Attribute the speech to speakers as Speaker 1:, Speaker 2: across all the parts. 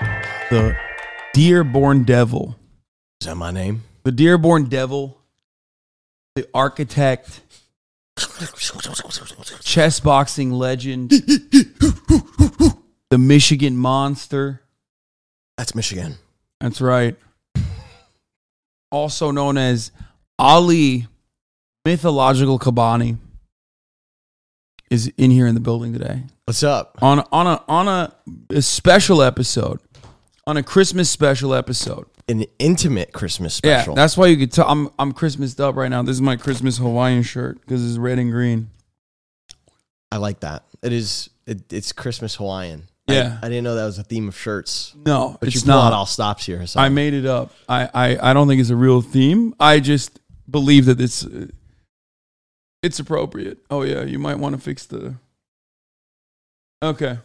Speaker 1: the Dearborn Devil.
Speaker 2: Is that my name?
Speaker 1: The Dearborn Devil, the architect, chess boxing legend, the Michigan Monster.
Speaker 2: That's Michigan.
Speaker 1: That's right. Also known as Ali Mythological Kabani is in here in the building today.
Speaker 2: What's up?
Speaker 1: On on a on a, a special episode. On a Christmas special episode.
Speaker 2: An intimate Christmas special.
Speaker 1: Yeah, that's why you could tell I'm I'm Christmased up right now. This is my Christmas Hawaiian shirt because it's red and green.
Speaker 2: I like that. It is. It, it's Christmas Hawaiian.
Speaker 1: Yeah.
Speaker 2: I, I didn't know that was a theme of shirts.
Speaker 1: No,
Speaker 2: But
Speaker 1: it's
Speaker 2: you pull
Speaker 1: not.
Speaker 2: out all stops here. So
Speaker 1: I made it up. I, I I don't think it's a real theme. I just believe that it's uh, it's appropriate. Oh yeah, you might want to fix the. Okay.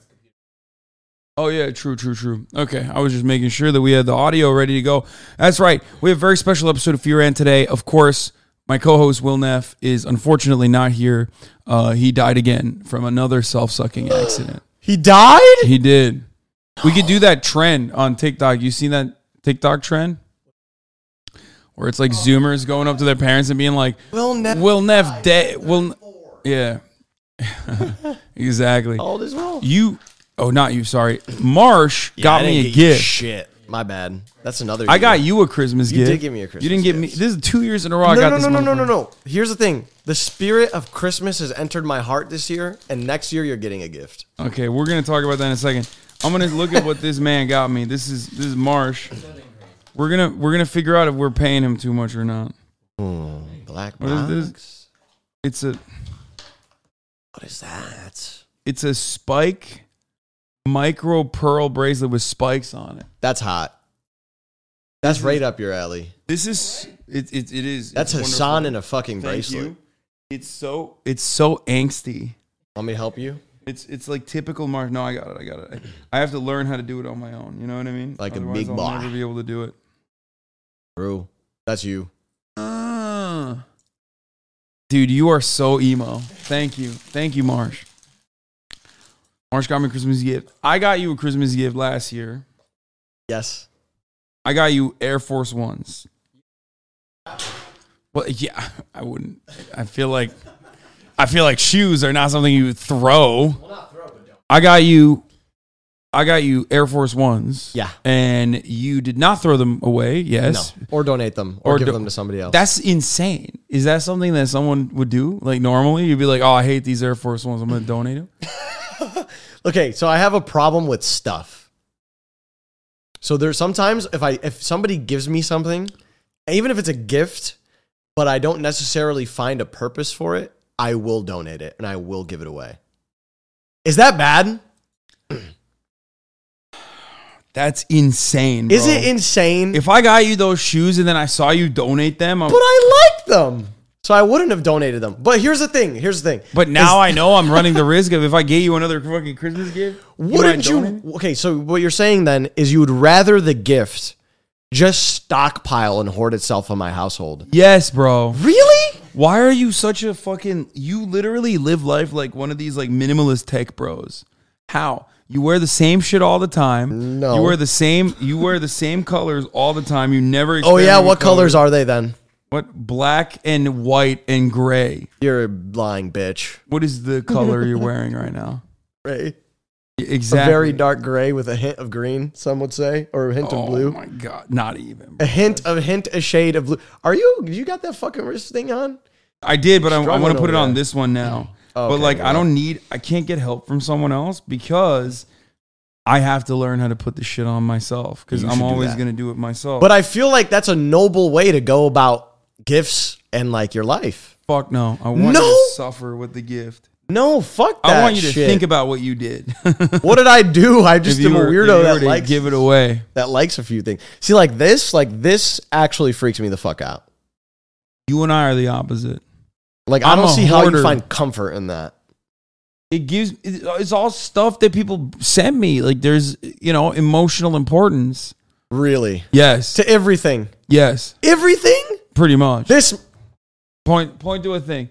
Speaker 1: Oh yeah, true, true, true. Okay, I was just making sure that we had the audio ready to go. That's right. We have a very special episode of Fear Ant today. Of course, my co-host Will Neff is unfortunately not here. Uh, he died again from another self-sucking accident.
Speaker 2: he died.
Speaker 1: He did. We could do that trend on TikTok. You seen that TikTok trend? Where it's like Zoomers going up to their parents and being like,
Speaker 2: Will Neff.
Speaker 1: "Will Neff dead? Will yeah, exactly."
Speaker 2: How old is Will?
Speaker 1: You, oh, not you. Sorry, Marsh
Speaker 2: Yeah, I
Speaker 1: got
Speaker 2: didn't
Speaker 1: me a
Speaker 2: get you
Speaker 1: gift.
Speaker 2: Shit. My bad. That's another.
Speaker 1: I
Speaker 2: year.
Speaker 1: got you a Christmas
Speaker 2: You
Speaker 1: gift.
Speaker 2: did give me a Christmas
Speaker 1: You didn't give me.
Speaker 2: gift.
Speaker 1: This is two years in a row. I
Speaker 2: No,
Speaker 1: got
Speaker 2: no,
Speaker 1: this
Speaker 2: no, no, no, no,
Speaker 1: motherfucker.
Speaker 2: no. Here's the thing. The spirit of Christmas has entered my heart this year, and next year you're getting a gift.
Speaker 1: Okay, we're gonna talk about that in a second. I'm gonna look at what this man got me. This is this is Marsh. We're gonna we're gonna figure out if we're paying him too much or not.
Speaker 2: Hmm. Black
Speaker 1: What is
Speaker 2: box.
Speaker 1: this? It's a
Speaker 2: What is that?
Speaker 1: it's a spike micro pearl bracelet with spikes on it.
Speaker 2: That's hot. That's right up your alley.
Speaker 1: This is it. It, it is.
Speaker 2: That's
Speaker 1: it's
Speaker 2: Hassan in
Speaker 1: wonderful.
Speaker 2: a fucking
Speaker 1: Thank
Speaker 2: bracelet.
Speaker 1: you. It's so it's so angsty.
Speaker 2: Want me to help you?
Speaker 1: It's it's like typical Marsh. No, I got it. I got it. I have to learn how to do it on my own. You know what I mean?
Speaker 2: Like a
Speaker 1: Otherwise,
Speaker 2: big
Speaker 1: I'll
Speaker 2: boy.
Speaker 1: never be able to do it.
Speaker 2: Bro, that's you.
Speaker 1: Ah. Dude, you are so emo. Thank you. Thank you, Marsh. Marsh got me a Christmas gift. I got you a Christmas gift last year.
Speaker 2: Yes.
Speaker 1: I got you Air Force Ones. Well, yeah, I wouldn't. I feel like I feel like shoes are not something you would throw. I got you. I got you Air Force Ones.
Speaker 2: Yeah.
Speaker 1: and you did not throw them away. Yes,
Speaker 2: No. Or donate them or,
Speaker 1: Or
Speaker 2: give
Speaker 1: do-
Speaker 2: them to somebody else.
Speaker 1: that's insane. Is that something that someone would do? Like normally, you'd be like, "Oh, I hate these Air Force Ones. I'm going to donate them."
Speaker 2: okay, so I have a problem with stuff. So there's sometimes if I if somebody gives me something, even if it's a gift, but I don't necessarily find a purpose for it, I will donate it and I will give it away. Is that bad?
Speaker 1: That's insane.
Speaker 2: Is
Speaker 1: bro.
Speaker 2: it insane?
Speaker 1: If I got you those shoes and then I saw you donate them, I'm,
Speaker 2: but I like them. So I wouldn't have donated them. But here's the thing. Here's the thing.
Speaker 1: But now I know I'm running the risk of if I get you another fucking Christmas gift.
Speaker 2: Wouldn't
Speaker 1: might donate
Speaker 2: you?
Speaker 1: it?
Speaker 2: Okay, so what you're saying then is you would rather the gift just stockpile and hoard itself in my household.
Speaker 1: Yes, bro.
Speaker 2: Really?
Speaker 1: Why are you such a fucking? You literally live life like one of these like minimalist tech bros. How you wear the same shit all the time?
Speaker 2: No.
Speaker 1: you wear the same. You wear the same colors all the time. You never.
Speaker 2: Oh yeah, what colors are they then?
Speaker 1: What black and white and gray?
Speaker 2: You're a lying bitch.
Speaker 1: What is the color you're wearing right now?
Speaker 2: Right? A
Speaker 1: Exactly.
Speaker 2: very dark gray with a hint of green, some would say, or a hint
Speaker 1: Oh
Speaker 2: of blue.
Speaker 1: my god, not even.
Speaker 2: A hint of hint a shade of blue. Are you you got that fucking wrist thing on?
Speaker 1: I did, but I, I want
Speaker 2: Struggling
Speaker 1: to put it
Speaker 2: over
Speaker 1: on
Speaker 2: there.
Speaker 1: this one now.
Speaker 2: Oh,
Speaker 1: but
Speaker 2: okay,
Speaker 1: like, I
Speaker 2: yeah.
Speaker 1: don't need, I can't get help from someone else because I have to learn how to put the shit on myself because
Speaker 2: You
Speaker 1: I'm
Speaker 2: should do
Speaker 1: always
Speaker 2: that.
Speaker 1: gonna do it myself.
Speaker 2: But I feel like that's a noble way to go about gifts and like your life.
Speaker 1: fuck no, I want you
Speaker 2: No!
Speaker 1: to suffer with the gift.
Speaker 2: No, fuck that.
Speaker 1: I want you to
Speaker 2: shit.
Speaker 1: think about what you did.
Speaker 2: what did I do? I
Speaker 1: if
Speaker 2: just
Speaker 1: you
Speaker 2: am a
Speaker 1: were, if you
Speaker 2: weirdo
Speaker 1: were
Speaker 2: that
Speaker 1: to
Speaker 2: likes
Speaker 1: give it away.
Speaker 2: that likes a few things. See, like this, like this actually freaks me the fuck out.
Speaker 1: You and I are the opposite.
Speaker 2: Like I'm I
Speaker 1: I'm
Speaker 2: do not
Speaker 1: a
Speaker 2: see how
Speaker 1: hoarder.
Speaker 2: you find comfort in that.
Speaker 1: It gives. it- It's all stuff that people send me. Like there's, you know, emotional importance.
Speaker 2: Really,
Speaker 1: Yes.
Speaker 2: to everything,
Speaker 1: Yes.
Speaker 2: everything.
Speaker 1: Pretty much.
Speaker 2: This
Speaker 1: Point point to a thing.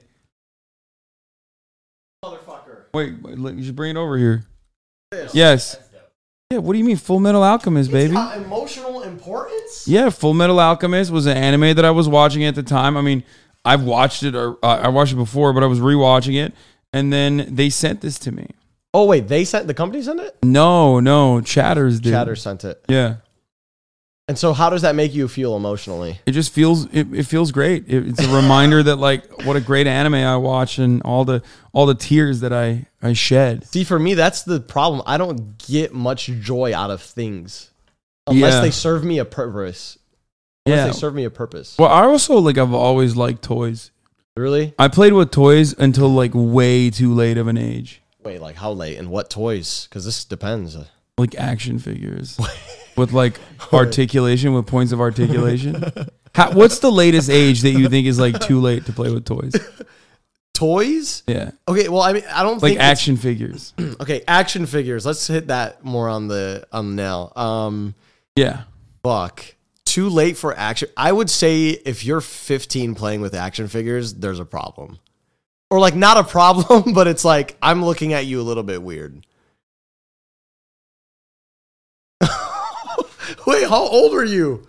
Speaker 1: Motherfucker. Wait, wait, look, you should bring it over here. Yes. Yeah, what do you mean Full Metal Alchemist, baby?
Speaker 2: got emotional importance.
Speaker 1: Yeah, Full Metal Alchemist was an anime that I was watching at the time. I mean, I've watched it or uh, I watched it before, but I was rewatching it, and then they sent this to me.
Speaker 2: Oh wait, they sent the company sent it.
Speaker 1: No, no, Chatters did.
Speaker 2: Chatter sent it.
Speaker 1: Yeah,
Speaker 2: And so, how does that make you feel emotionally?
Speaker 1: it just feels it, it feels great. It, it's a reminder that like what a great anime I watch and all the all the tears that I I shed.
Speaker 2: See, for me, that's the problem. I don't get much joy out of things unless
Speaker 1: Yeah.
Speaker 2: they serve me a purpose. Unless
Speaker 1: Yeah.
Speaker 2: they serve me a purpose.
Speaker 1: Well, I also like I've always liked toys.
Speaker 2: Really?
Speaker 1: I played with toys until like way too late of an age.
Speaker 2: Wait, like how late and what toys? Because this depends.
Speaker 1: like action figures with like articulation with points of articulation. How, what's the latest age that you think is like too late to play with toys?
Speaker 2: Toys?
Speaker 1: Yeah,
Speaker 2: Okay. Well, I mean, I don't
Speaker 1: like
Speaker 2: think it's-
Speaker 1: action figures.
Speaker 2: okay, action figures. Let's hit that more on the on the nail. Um,
Speaker 1: Yeah,
Speaker 2: fuck. Too late for action. I would say if you're 15 playing with action figures, there's a problem. Or like not a problem, but it's like I'm looking at you a little bit weird. Wait, how old are you?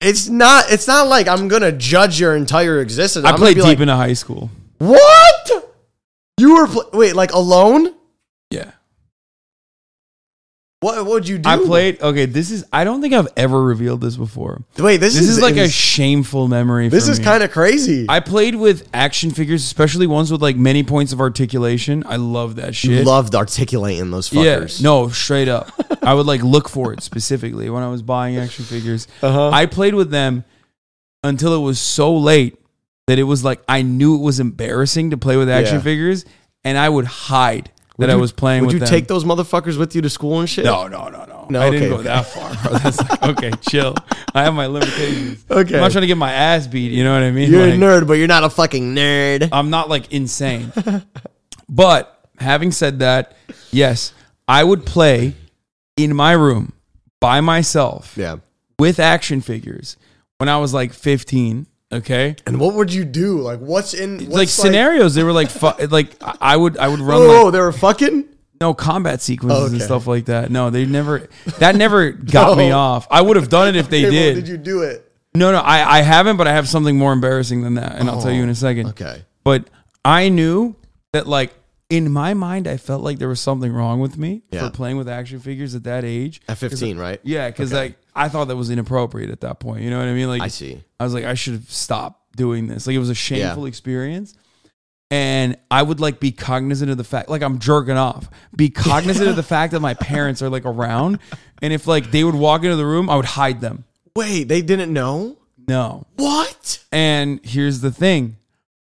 Speaker 2: It's not it's not like I'm going to judge your entire existence.
Speaker 1: I
Speaker 2: I'm
Speaker 1: played
Speaker 2: gonna
Speaker 1: deep
Speaker 2: be like,
Speaker 1: into high school.
Speaker 2: What? You were pl- Wait, like alone?
Speaker 1: Yeah,
Speaker 2: What what would you do?
Speaker 1: I played. Okay, this is. I don't think I've ever revealed this before.
Speaker 2: Wait, this,
Speaker 1: This is like a
Speaker 2: ins-
Speaker 1: shameful memory.
Speaker 2: This
Speaker 1: for
Speaker 2: is
Speaker 1: me.
Speaker 2: kind of crazy.
Speaker 1: I played with action figures, especially ones with like many points of articulation. I love that shit.
Speaker 2: You loved articulating those fuckers.
Speaker 1: Yeah, no, straight up. I would like look for it specifically when I was buying action figures.
Speaker 2: Uh-huh.
Speaker 1: I played with them until it was so late that it was like I knew it was embarrassing to play with action
Speaker 2: Yeah.
Speaker 1: figures, and I would hide that I
Speaker 2: you-
Speaker 1: was playing
Speaker 2: Would
Speaker 1: with
Speaker 2: you
Speaker 1: them.
Speaker 2: take those motherfuckers with you to school and shit?
Speaker 1: no, no, no, no.
Speaker 2: No,
Speaker 1: I didn't
Speaker 2: okay,
Speaker 1: go that far. Bro. That's like, okay, chill. I have my limitations.
Speaker 2: Okay.
Speaker 1: I'm not trying to get my ass beat. You know what I mean?
Speaker 2: You're a
Speaker 1: Like, Uh,
Speaker 2: nerd, but you're not a fucking nerd.
Speaker 1: I'm not like insane. but having said that, yes, I would play in my room by myself
Speaker 2: yeah.
Speaker 1: with action figures when I was like 15. Okay,
Speaker 2: And what would you do? Like, what's in
Speaker 1: It's like scenarios. They were like, fu- like I I would, I would run
Speaker 2: Oh,
Speaker 1: like,
Speaker 2: they were fucking.
Speaker 1: no combat sequences and
Speaker 2: okay.
Speaker 1: stuff like that. No, they never. That never got me
Speaker 2: No.
Speaker 1: off. I would have done it if they
Speaker 2: Hey, well,
Speaker 1: did.
Speaker 2: you do it?
Speaker 1: no, no, I, I haven't. But I have something more embarrassing than that, and I'll tell you in a second.
Speaker 2: Okay.
Speaker 1: but I knew that like in my mind I felt like there was something wrong with me
Speaker 2: Yeah.
Speaker 1: for playing with action figures at that age.
Speaker 2: At 15, right?
Speaker 1: Yeah, because like I thought that was inappropriate at that point. You know what I mean? Like
Speaker 2: I see.
Speaker 1: I was like I should have stopped doing this. Like it was a shameful
Speaker 2: Yeah.
Speaker 1: experience. And I would like be cognizant of the fact, like I'm jerking off, be cognizant of the fact that my parents are like around. And if like they would walk into the room, I would hide them.
Speaker 2: Wait, they didn't know?
Speaker 1: No.
Speaker 2: What?
Speaker 1: And here's the thing.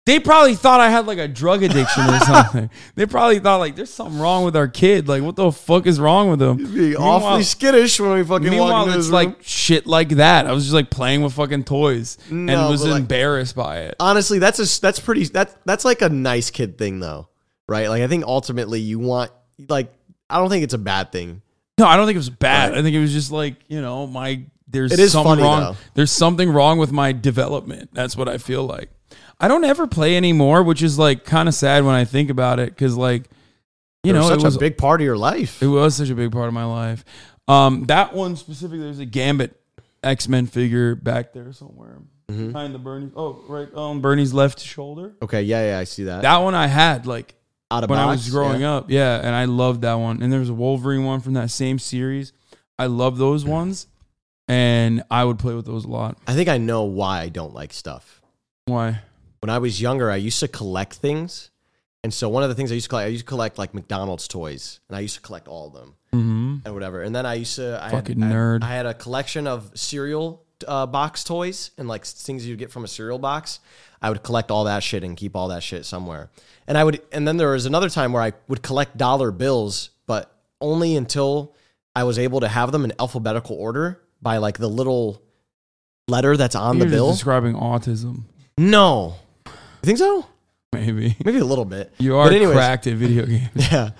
Speaker 1: They probably thought I had like a drug addiction or something. they probably thought like there's something wrong with our kid. Like what the fuck is wrong with him?
Speaker 2: Being awfully skittish when we fucking walk
Speaker 1: meanwhile
Speaker 2: into
Speaker 1: it's
Speaker 2: this room.
Speaker 1: like shit like that. I was just like playing with fucking toys
Speaker 2: No,
Speaker 1: and was
Speaker 2: but, like-
Speaker 1: embarrassed by it.
Speaker 2: honestly, that's a that's pretty that's that's like a nice kid thing though, right? Like I think ultimately you want like I don't think it's a bad thing.
Speaker 1: No, I don't think it was bad. I think it was just like you know my there's
Speaker 2: It is
Speaker 1: something
Speaker 2: funny,
Speaker 1: wrong.
Speaker 2: though.
Speaker 1: There's something wrong with my development. That's what I feel like. I don't ever play anymore, which is like kind of sad when I think about it because like you
Speaker 2: It was
Speaker 1: know
Speaker 2: such
Speaker 1: it was
Speaker 2: a big part of your life.
Speaker 1: It was such a big part of my life. Um, that one specifically, there's a Gambit X Men figure back there somewhere
Speaker 2: Mm-hmm.
Speaker 1: behind the Bernie. Oh, right on Bernie's left shoulder.
Speaker 2: Okay, yeah, yeah, I see that.
Speaker 1: That one I had like
Speaker 2: Out of
Speaker 1: when
Speaker 2: box,
Speaker 1: I was growing up. Yeah, and I loved that one. And there was a Wolverine one from that same series. I love those ones, and I would play with those a lot.
Speaker 2: I think I know why I don't like stuff.
Speaker 1: Why?
Speaker 2: When I was younger, I used to collect things, and so one of the things I used to collect, I used to collect like McDonald's toys, and I used to collect all of them
Speaker 1: Mm-hmm.
Speaker 2: and whatever. And then I used to I
Speaker 1: Fucking
Speaker 2: had, I-
Speaker 1: nerd.
Speaker 2: I, had a collection of cereal uh, box toys and like things you'd get from a cereal box. I would collect all that shit and keep all that shit somewhere. And I would, and then there was another time where I would collect dollar bills, but only until I was able to have them in alphabetical order by like the little letter that's on
Speaker 1: You're
Speaker 2: the
Speaker 1: just
Speaker 2: bill.
Speaker 1: describing autism,
Speaker 2: No. You think so?
Speaker 1: maybe.
Speaker 2: Maybe a little bit.
Speaker 1: You are
Speaker 2: But anyways-
Speaker 1: cracked at video games.
Speaker 2: Yeah.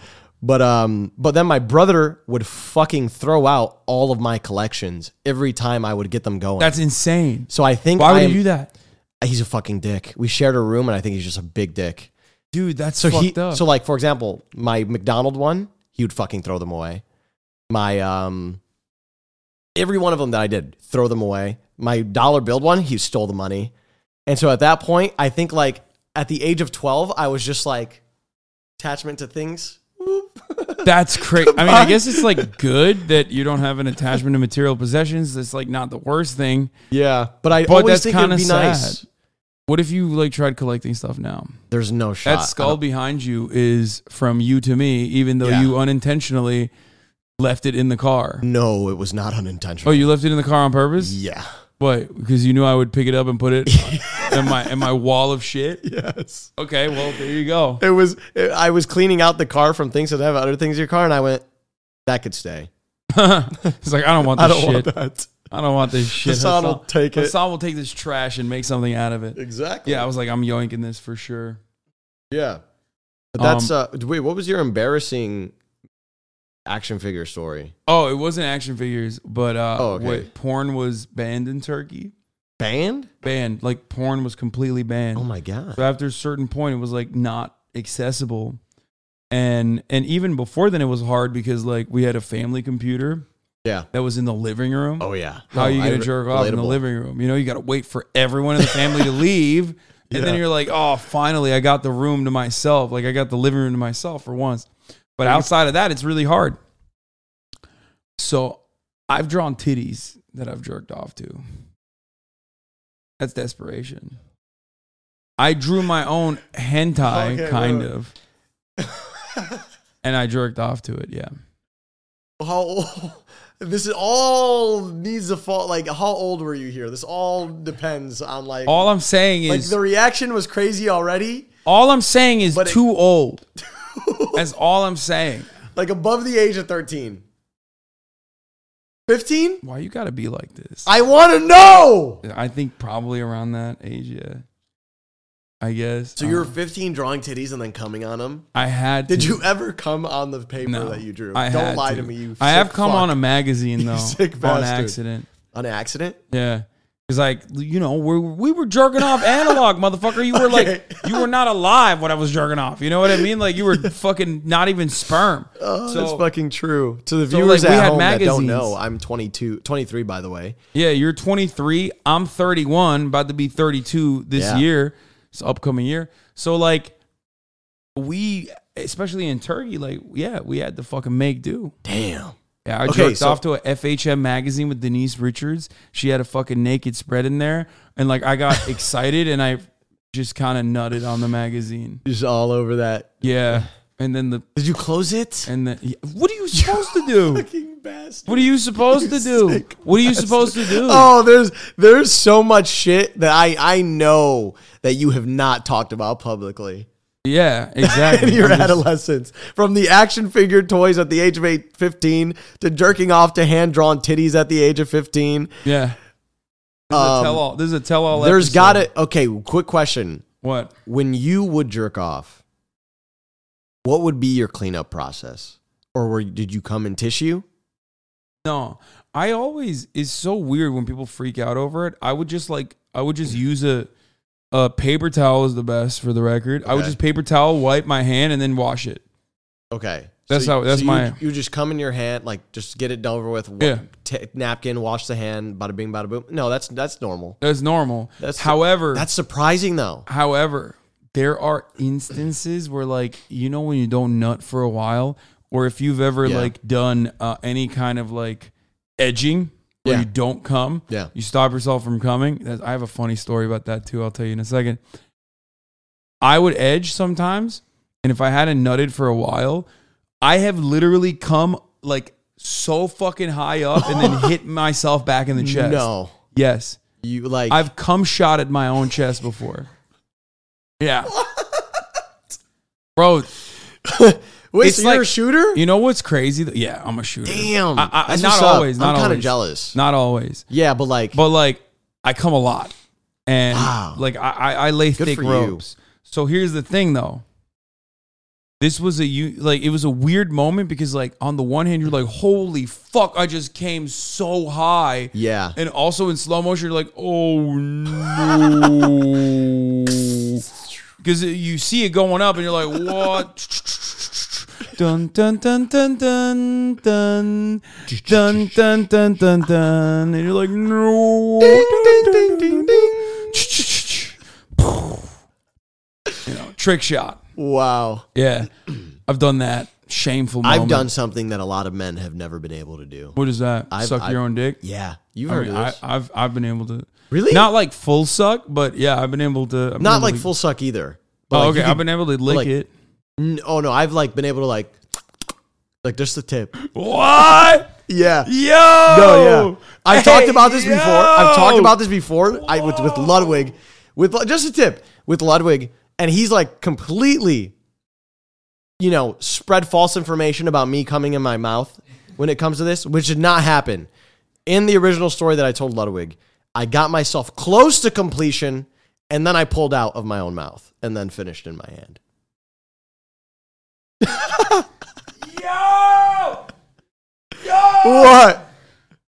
Speaker 2: But um but then my brother would fucking throw out all of my collections every time I would get them going.
Speaker 1: That's insane.
Speaker 2: so I think
Speaker 1: Why would
Speaker 2: I am-
Speaker 1: you do that,
Speaker 2: he's a fucking dick. We shared a room and I think he's just a big dick.
Speaker 1: dude? That's
Speaker 2: So
Speaker 1: fucked
Speaker 2: he
Speaker 1: up.
Speaker 2: so like for example, my McDonald one, he would fucking throw them away. my um every one of them that I did, throw them away. My dollar build one, he stole the money. And so at that point, I think like at the age of 12, I was just like attachment to things.
Speaker 1: That's crazy. I mean, I guess it's like good that you don't have an attachment to material possessions. That's like not the worst thing.
Speaker 2: Yeah, but I
Speaker 1: But
Speaker 2: always
Speaker 1: that's
Speaker 2: think it'd
Speaker 1: kinda
Speaker 2: be nice.
Speaker 1: sad. What if you like tried collecting stuff now?
Speaker 2: There's no shot.
Speaker 1: That skull behind you is from you to me, even though
Speaker 2: Yeah. Mm.
Speaker 1: you unintentionally left it in the car.
Speaker 2: No, it was not unintentional.
Speaker 1: Oh, you left it in the car on purpose?
Speaker 2: yeah.
Speaker 1: What? Because you knew I would pick it up and put it in my in my wall of shit.
Speaker 2: Yes.
Speaker 1: Okay, well there you go.
Speaker 2: It was. It, I was cleaning out the car from things that have other things in your car, and I went, "That could stay.
Speaker 1: it's like I don't want this
Speaker 2: I don't
Speaker 1: shit.
Speaker 2: want that."
Speaker 1: I don't want this shit.
Speaker 2: Hassan will take it.
Speaker 1: Hassan will take this trash and make something out of it.
Speaker 2: Exactly.
Speaker 1: Yeah, I was Um, like, I'm yoinking this for sure.
Speaker 2: yeah. But that's uh. Wait, what was your embarrassing action figure story?
Speaker 1: Oh, it wasn't action figures, but uh,
Speaker 2: Oh, okay.
Speaker 1: what porn was banned in Turkey?
Speaker 2: Banned?
Speaker 1: Banned, like porn was completely banned.
Speaker 2: Oh my god.
Speaker 1: So after a certain point, it was like not accessible, and and even before then, it was hard because like we had a family computer
Speaker 2: Yeah.
Speaker 1: that was in the living room.
Speaker 2: Oh yeah.
Speaker 1: How are you
Speaker 2: No, I
Speaker 1: gonna
Speaker 2: re-
Speaker 1: jerk off in the
Speaker 2: relatable.
Speaker 1: living room? You know, you gotta wait for everyone in the family to leave. And then
Speaker 2: Yeah.
Speaker 1: you're like, oh, finally I got the room to myself. Like I got the living room to myself for once. But outside of that, it's really hard. So I've drawn titties that I've jerked off to. That's desperation. I drew my own hentai,
Speaker 2: Okay, wait,
Speaker 1: kind
Speaker 2: wait.
Speaker 1: of, and I jerked off to it. Yeah.
Speaker 2: How old? This is all needs to fall. Like, how old were you here? This all depends on like.
Speaker 1: All I'm saying
Speaker 2: like
Speaker 1: is,
Speaker 2: the reaction was crazy already.
Speaker 1: all I'm saying is
Speaker 2: But it-
Speaker 1: too old. That's all I'm saying.
Speaker 2: like above the age of 13 15
Speaker 1: Why you gotta be like this?
Speaker 2: i want to know
Speaker 1: I think probably around that age, yeah. I guess.
Speaker 2: so you were 15 drawing titties and then coming on them
Speaker 1: I had.
Speaker 2: did
Speaker 1: to-
Speaker 2: you ever come on the paper
Speaker 1: No,
Speaker 2: that you drew
Speaker 1: I
Speaker 2: don't
Speaker 1: had
Speaker 2: lie to, me you
Speaker 1: I have
Speaker 2: sick
Speaker 1: come
Speaker 2: fuck.
Speaker 1: on a magazine
Speaker 2: You
Speaker 1: though
Speaker 2: sick
Speaker 1: on
Speaker 2: bastard.
Speaker 1: accident.
Speaker 2: on accident
Speaker 1: Yeah, because like you know we we were jerking off analog, motherfucker. You were
Speaker 2: Okay.
Speaker 1: like you were not alive when I was jerking off. You know what I mean? Like you were fucking not even sperm.
Speaker 2: oh,
Speaker 1: So-
Speaker 2: that's fucking true to the
Speaker 1: So,
Speaker 2: viewers
Speaker 1: like, we
Speaker 2: at
Speaker 1: had
Speaker 2: home that
Speaker 1: magazines.
Speaker 2: don't know i'm 22 23 by the way
Speaker 1: Yeah, you're 23. I'm 31, about to be 32 this
Speaker 2: Yeah.
Speaker 1: year, this upcoming year. So like, we, especially in Turkey, like, yeah, we had to fucking make do.
Speaker 2: damn
Speaker 1: Yeah, I
Speaker 2: Okay,
Speaker 1: jerked
Speaker 2: so-
Speaker 1: off to a FHM magazine with Denise Richards. She had a fucking naked spread in there, and like, I got excited and I just kind of nutted on the magazine.
Speaker 2: just all over that
Speaker 1: Yeah, and then the
Speaker 2: did you close it
Speaker 1: and the yeah, what are you supposed to do?
Speaker 2: fucking bastard
Speaker 1: What are you supposed to do?
Speaker 2: sick
Speaker 1: What are you supposed to do?
Speaker 2: Oh, there's there's so much shit that I I know that you have not talked about publicly
Speaker 1: Yeah,
Speaker 2: in
Speaker 1: exactly.
Speaker 2: your
Speaker 1: I'm just-
Speaker 2: adolescence. From the action figure toys at the age of eight, 15 to jerking off to hand drawn titties at the age of 15.
Speaker 1: Yeah. This is a
Speaker 2: Um,
Speaker 1: tell all. This is a tell all.
Speaker 2: There's got to Okay, quick question.
Speaker 1: What?
Speaker 2: When you would jerk off, what would be your cleanup process? Or were, did you come in tissue?
Speaker 1: No. I always it's so weird when people freak out over it. I would just like I would just use a a paper towel is the best for the record. I would
Speaker 2: Okay.
Speaker 1: just paper towel wipe my hand and then wash it.
Speaker 2: Okay.
Speaker 1: That's how- that's
Speaker 2: you,
Speaker 1: my-
Speaker 2: You just come in your hand, like just get it over with.
Speaker 1: Yeah.
Speaker 2: T- napkin, wash the hand, bada bing, bada boom. No, that's that's normal.
Speaker 1: That's normal.
Speaker 2: That's-
Speaker 1: however
Speaker 2: That's surprising though.
Speaker 1: however there are instances where like you know when you don't nut for a while or if you've ever
Speaker 2: Yeah.
Speaker 1: like done uh, any kind of like edging where
Speaker 2: Yeah.
Speaker 1: you don't come
Speaker 2: Yeah.
Speaker 1: You stop yourself from coming. That's, I have a funny story about that too. I'll tell you in a second. I would edge sometimes, and if I hadn't nutted for a while, I have literally come like so fucking high up and then hit myself back in the chest.
Speaker 2: No,
Speaker 1: Yes.
Speaker 2: you like.
Speaker 1: I've come shot at my own chest before. Yeah. Bro,
Speaker 2: Wait,
Speaker 1: it's
Speaker 2: so you're a
Speaker 1: like-
Speaker 2: shooter?
Speaker 1: you know what's crazy? Yeah, I'm a shooter.
Speaker 2: Damn.
Speaker 1: I- I-
Speaker 2: That's
Speaker 1: not
Speaker 2: what's up.
Speaker 1: always, not
Speaker 2: I'm kind of
Speaker 1: always.
Speaker 2: jealous.
Speaker 1: Not always.
Speaker 2: yeah, but like,
Speaker 1: But like, I come a lot, and
Speaker 2: Wow.
Speaker 1: like I I, I lay thick
Speaker 2: for you.
Speaker 1: ropes. So here's the thing, though. This was a you like it was a weird moment because like on the one hand you're like holy fuck I just came so high
Speaker 2: yeah.
Speaker 1: and also in slow motion you're like oh no because you see it going up and you're like what Dun dun dun dun dun dun dun dun dun dun dun, and you're like, no. Dun, dun, dun, dun. You know, trick shot.
Speaker 2: Wow.
Speaker 1: Yeah, I've done that. Shameful. Moment.
Speaker 2: I've done something that a lot of men have never been able to do.
Speaker 1: What is that?
Speaker 2: I've-
Speaker 1: Suck your
Speaker 2: I've-
Speaker 1: own dick.
Speaker 2: Yeah. You've
Speaker 1: I
Speaker 2: heard
Speaker 1: mean,
Speaker 2: of
Speaker 1: I,
Speaker 2: this.
Speaker 1: I've I've been able to
Speaker 2: really?
Speaker 1: not like full suck, but yeah, I've been able to. I've been
Speaker 2: Not
Speaker 1: able
Speaker 2: like
Speaker 1: to-
Speaker 2: full suck either. But
Speaker 1: Oh,
Speaker 2: like
Speaker 1: okay,
Speaker 2: you
Speaker 1: I've
Speaker 2: could-
Speaker 1: been able to lick
Speaker 2: like-
Speaker 1: it.
Speaker 2: N- oh no, I've like been able to like like just the tip.
Speaker 1: What?
Speaker 2: Yeah.
Speaker 1: Yo.
Speaker 2: No, yeah. I've
Speaker 1: Hey,
Speaker 2: talked about this before. I've talked
Speaker 1: yo.
Speaker 2: about this before. I with with Ludwig, with Lu- just a tip with Ludwig, and he's like completely, you know, spread false information about me coming in my mouth when it comes to this, which did not happen in the original story that I told Ludwig. I got myself close to completion, and then I pulled out of my own mouth, and then finished in my hand.
Speaker 1: Yo. Yo.
Speaker 2: What?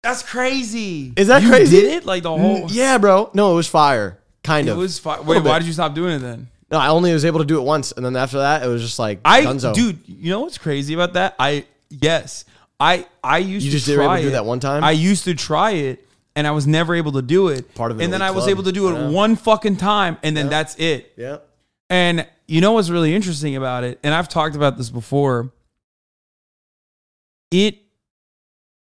Speaker 1: That's crazy.
Speaker 2: Is that
Speaker 1: You
Speaker 2: crazy?
Speaker 1: Did it like the whole?
Speaker 2: Yeah, bro. No, it was fire. Kind
Speaker 1: It
Speaker 2: of.
Speaker 1: was fire. Wait,
Speaker 2: Little
Speaker 1: why
Speaker 2: bit.
Speaker 1: did you stop doing it then?
Speaker 2: No, I only was able to do it once, and then after that, it was just like
Speaker 1: I,
Speaker 2: Gunzo.
Speaker 1: dude, you know what's crazy about that? I yes, I I used
Speaker 2: You
Speaker 1: to
Speaker 2: just
Speaker 1: try
Speaker 2: were able to
Speaker 1: it.
Speaker 2: do that one time?
Speaker 1: I used to try it, and I was never able to do it.
Speaker 2: Part of an
Speaker 1: and then
Speaker 2: elite
Speaker 1: I was
Speaker 2: club.
Speaker 1: able to do it one fucking time, and then that's it.
Speaker 2: Yeah.
Speaker 1: And you know what's really interesting about it, and I've talked about this before. It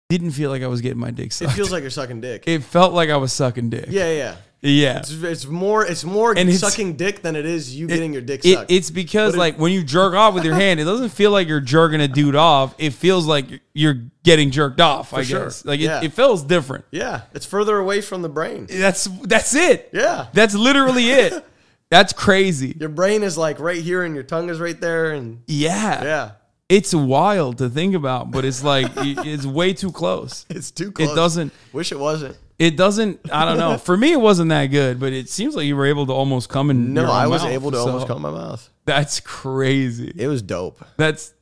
Speaker 1: didn't feel like I was getting my dick
Speaker 2: It
Speaker 1: sucked.
Speaker 2: feels like you're sucking dick.
Speaker 1: It felt like I was sucking dick.
Speaker 2: yeah, yeah.
Speaker 1: yeah.
Speaker 2: It's, it's more. It's more
Speaker 1: And it's-
Speaker 2: sucking dick than it is you getting your dick
Speaker 1: It-
Speaker 2: sucked.
Speaker 1: it's because
Speaker 2: But it-
Speaker 1: like when you jerk off with your hand, it doesn't feel like you're jerking a dude off. It feels like you're getting jerked off. I
Speaker 2: sure.
Speaker 1: guess like
Speaker 2: Yeah.
Speaker 1: it, it feels different.
Speaker 2: yeah, it's further away from the brain.
Speaker 1: That's that's it.
Speaker 2: Yeah.
Speaker 1: that's literally it. that's crazy.
Speaker 2: Your brain is like right here, and your tongue is right there, and
Speaker 1: Yeah.
Speaker 2: yeah,
Speaker 1: it's wild to think about, but it's like it- it's way too close.
Speaker 2: it's too close.
Speaker 1: It doesn't.
Speaker 2: Wish it wasn't.
Speaker 1: It doesn't. I don't know. For me, it wasn't that good, but it seems like you were able to almost come and
Speaker 2: No, I was able to almost come in my mouth.
Speaker 1: That's crazy.
Speaker 2: It was dope.
Speaker 1: That's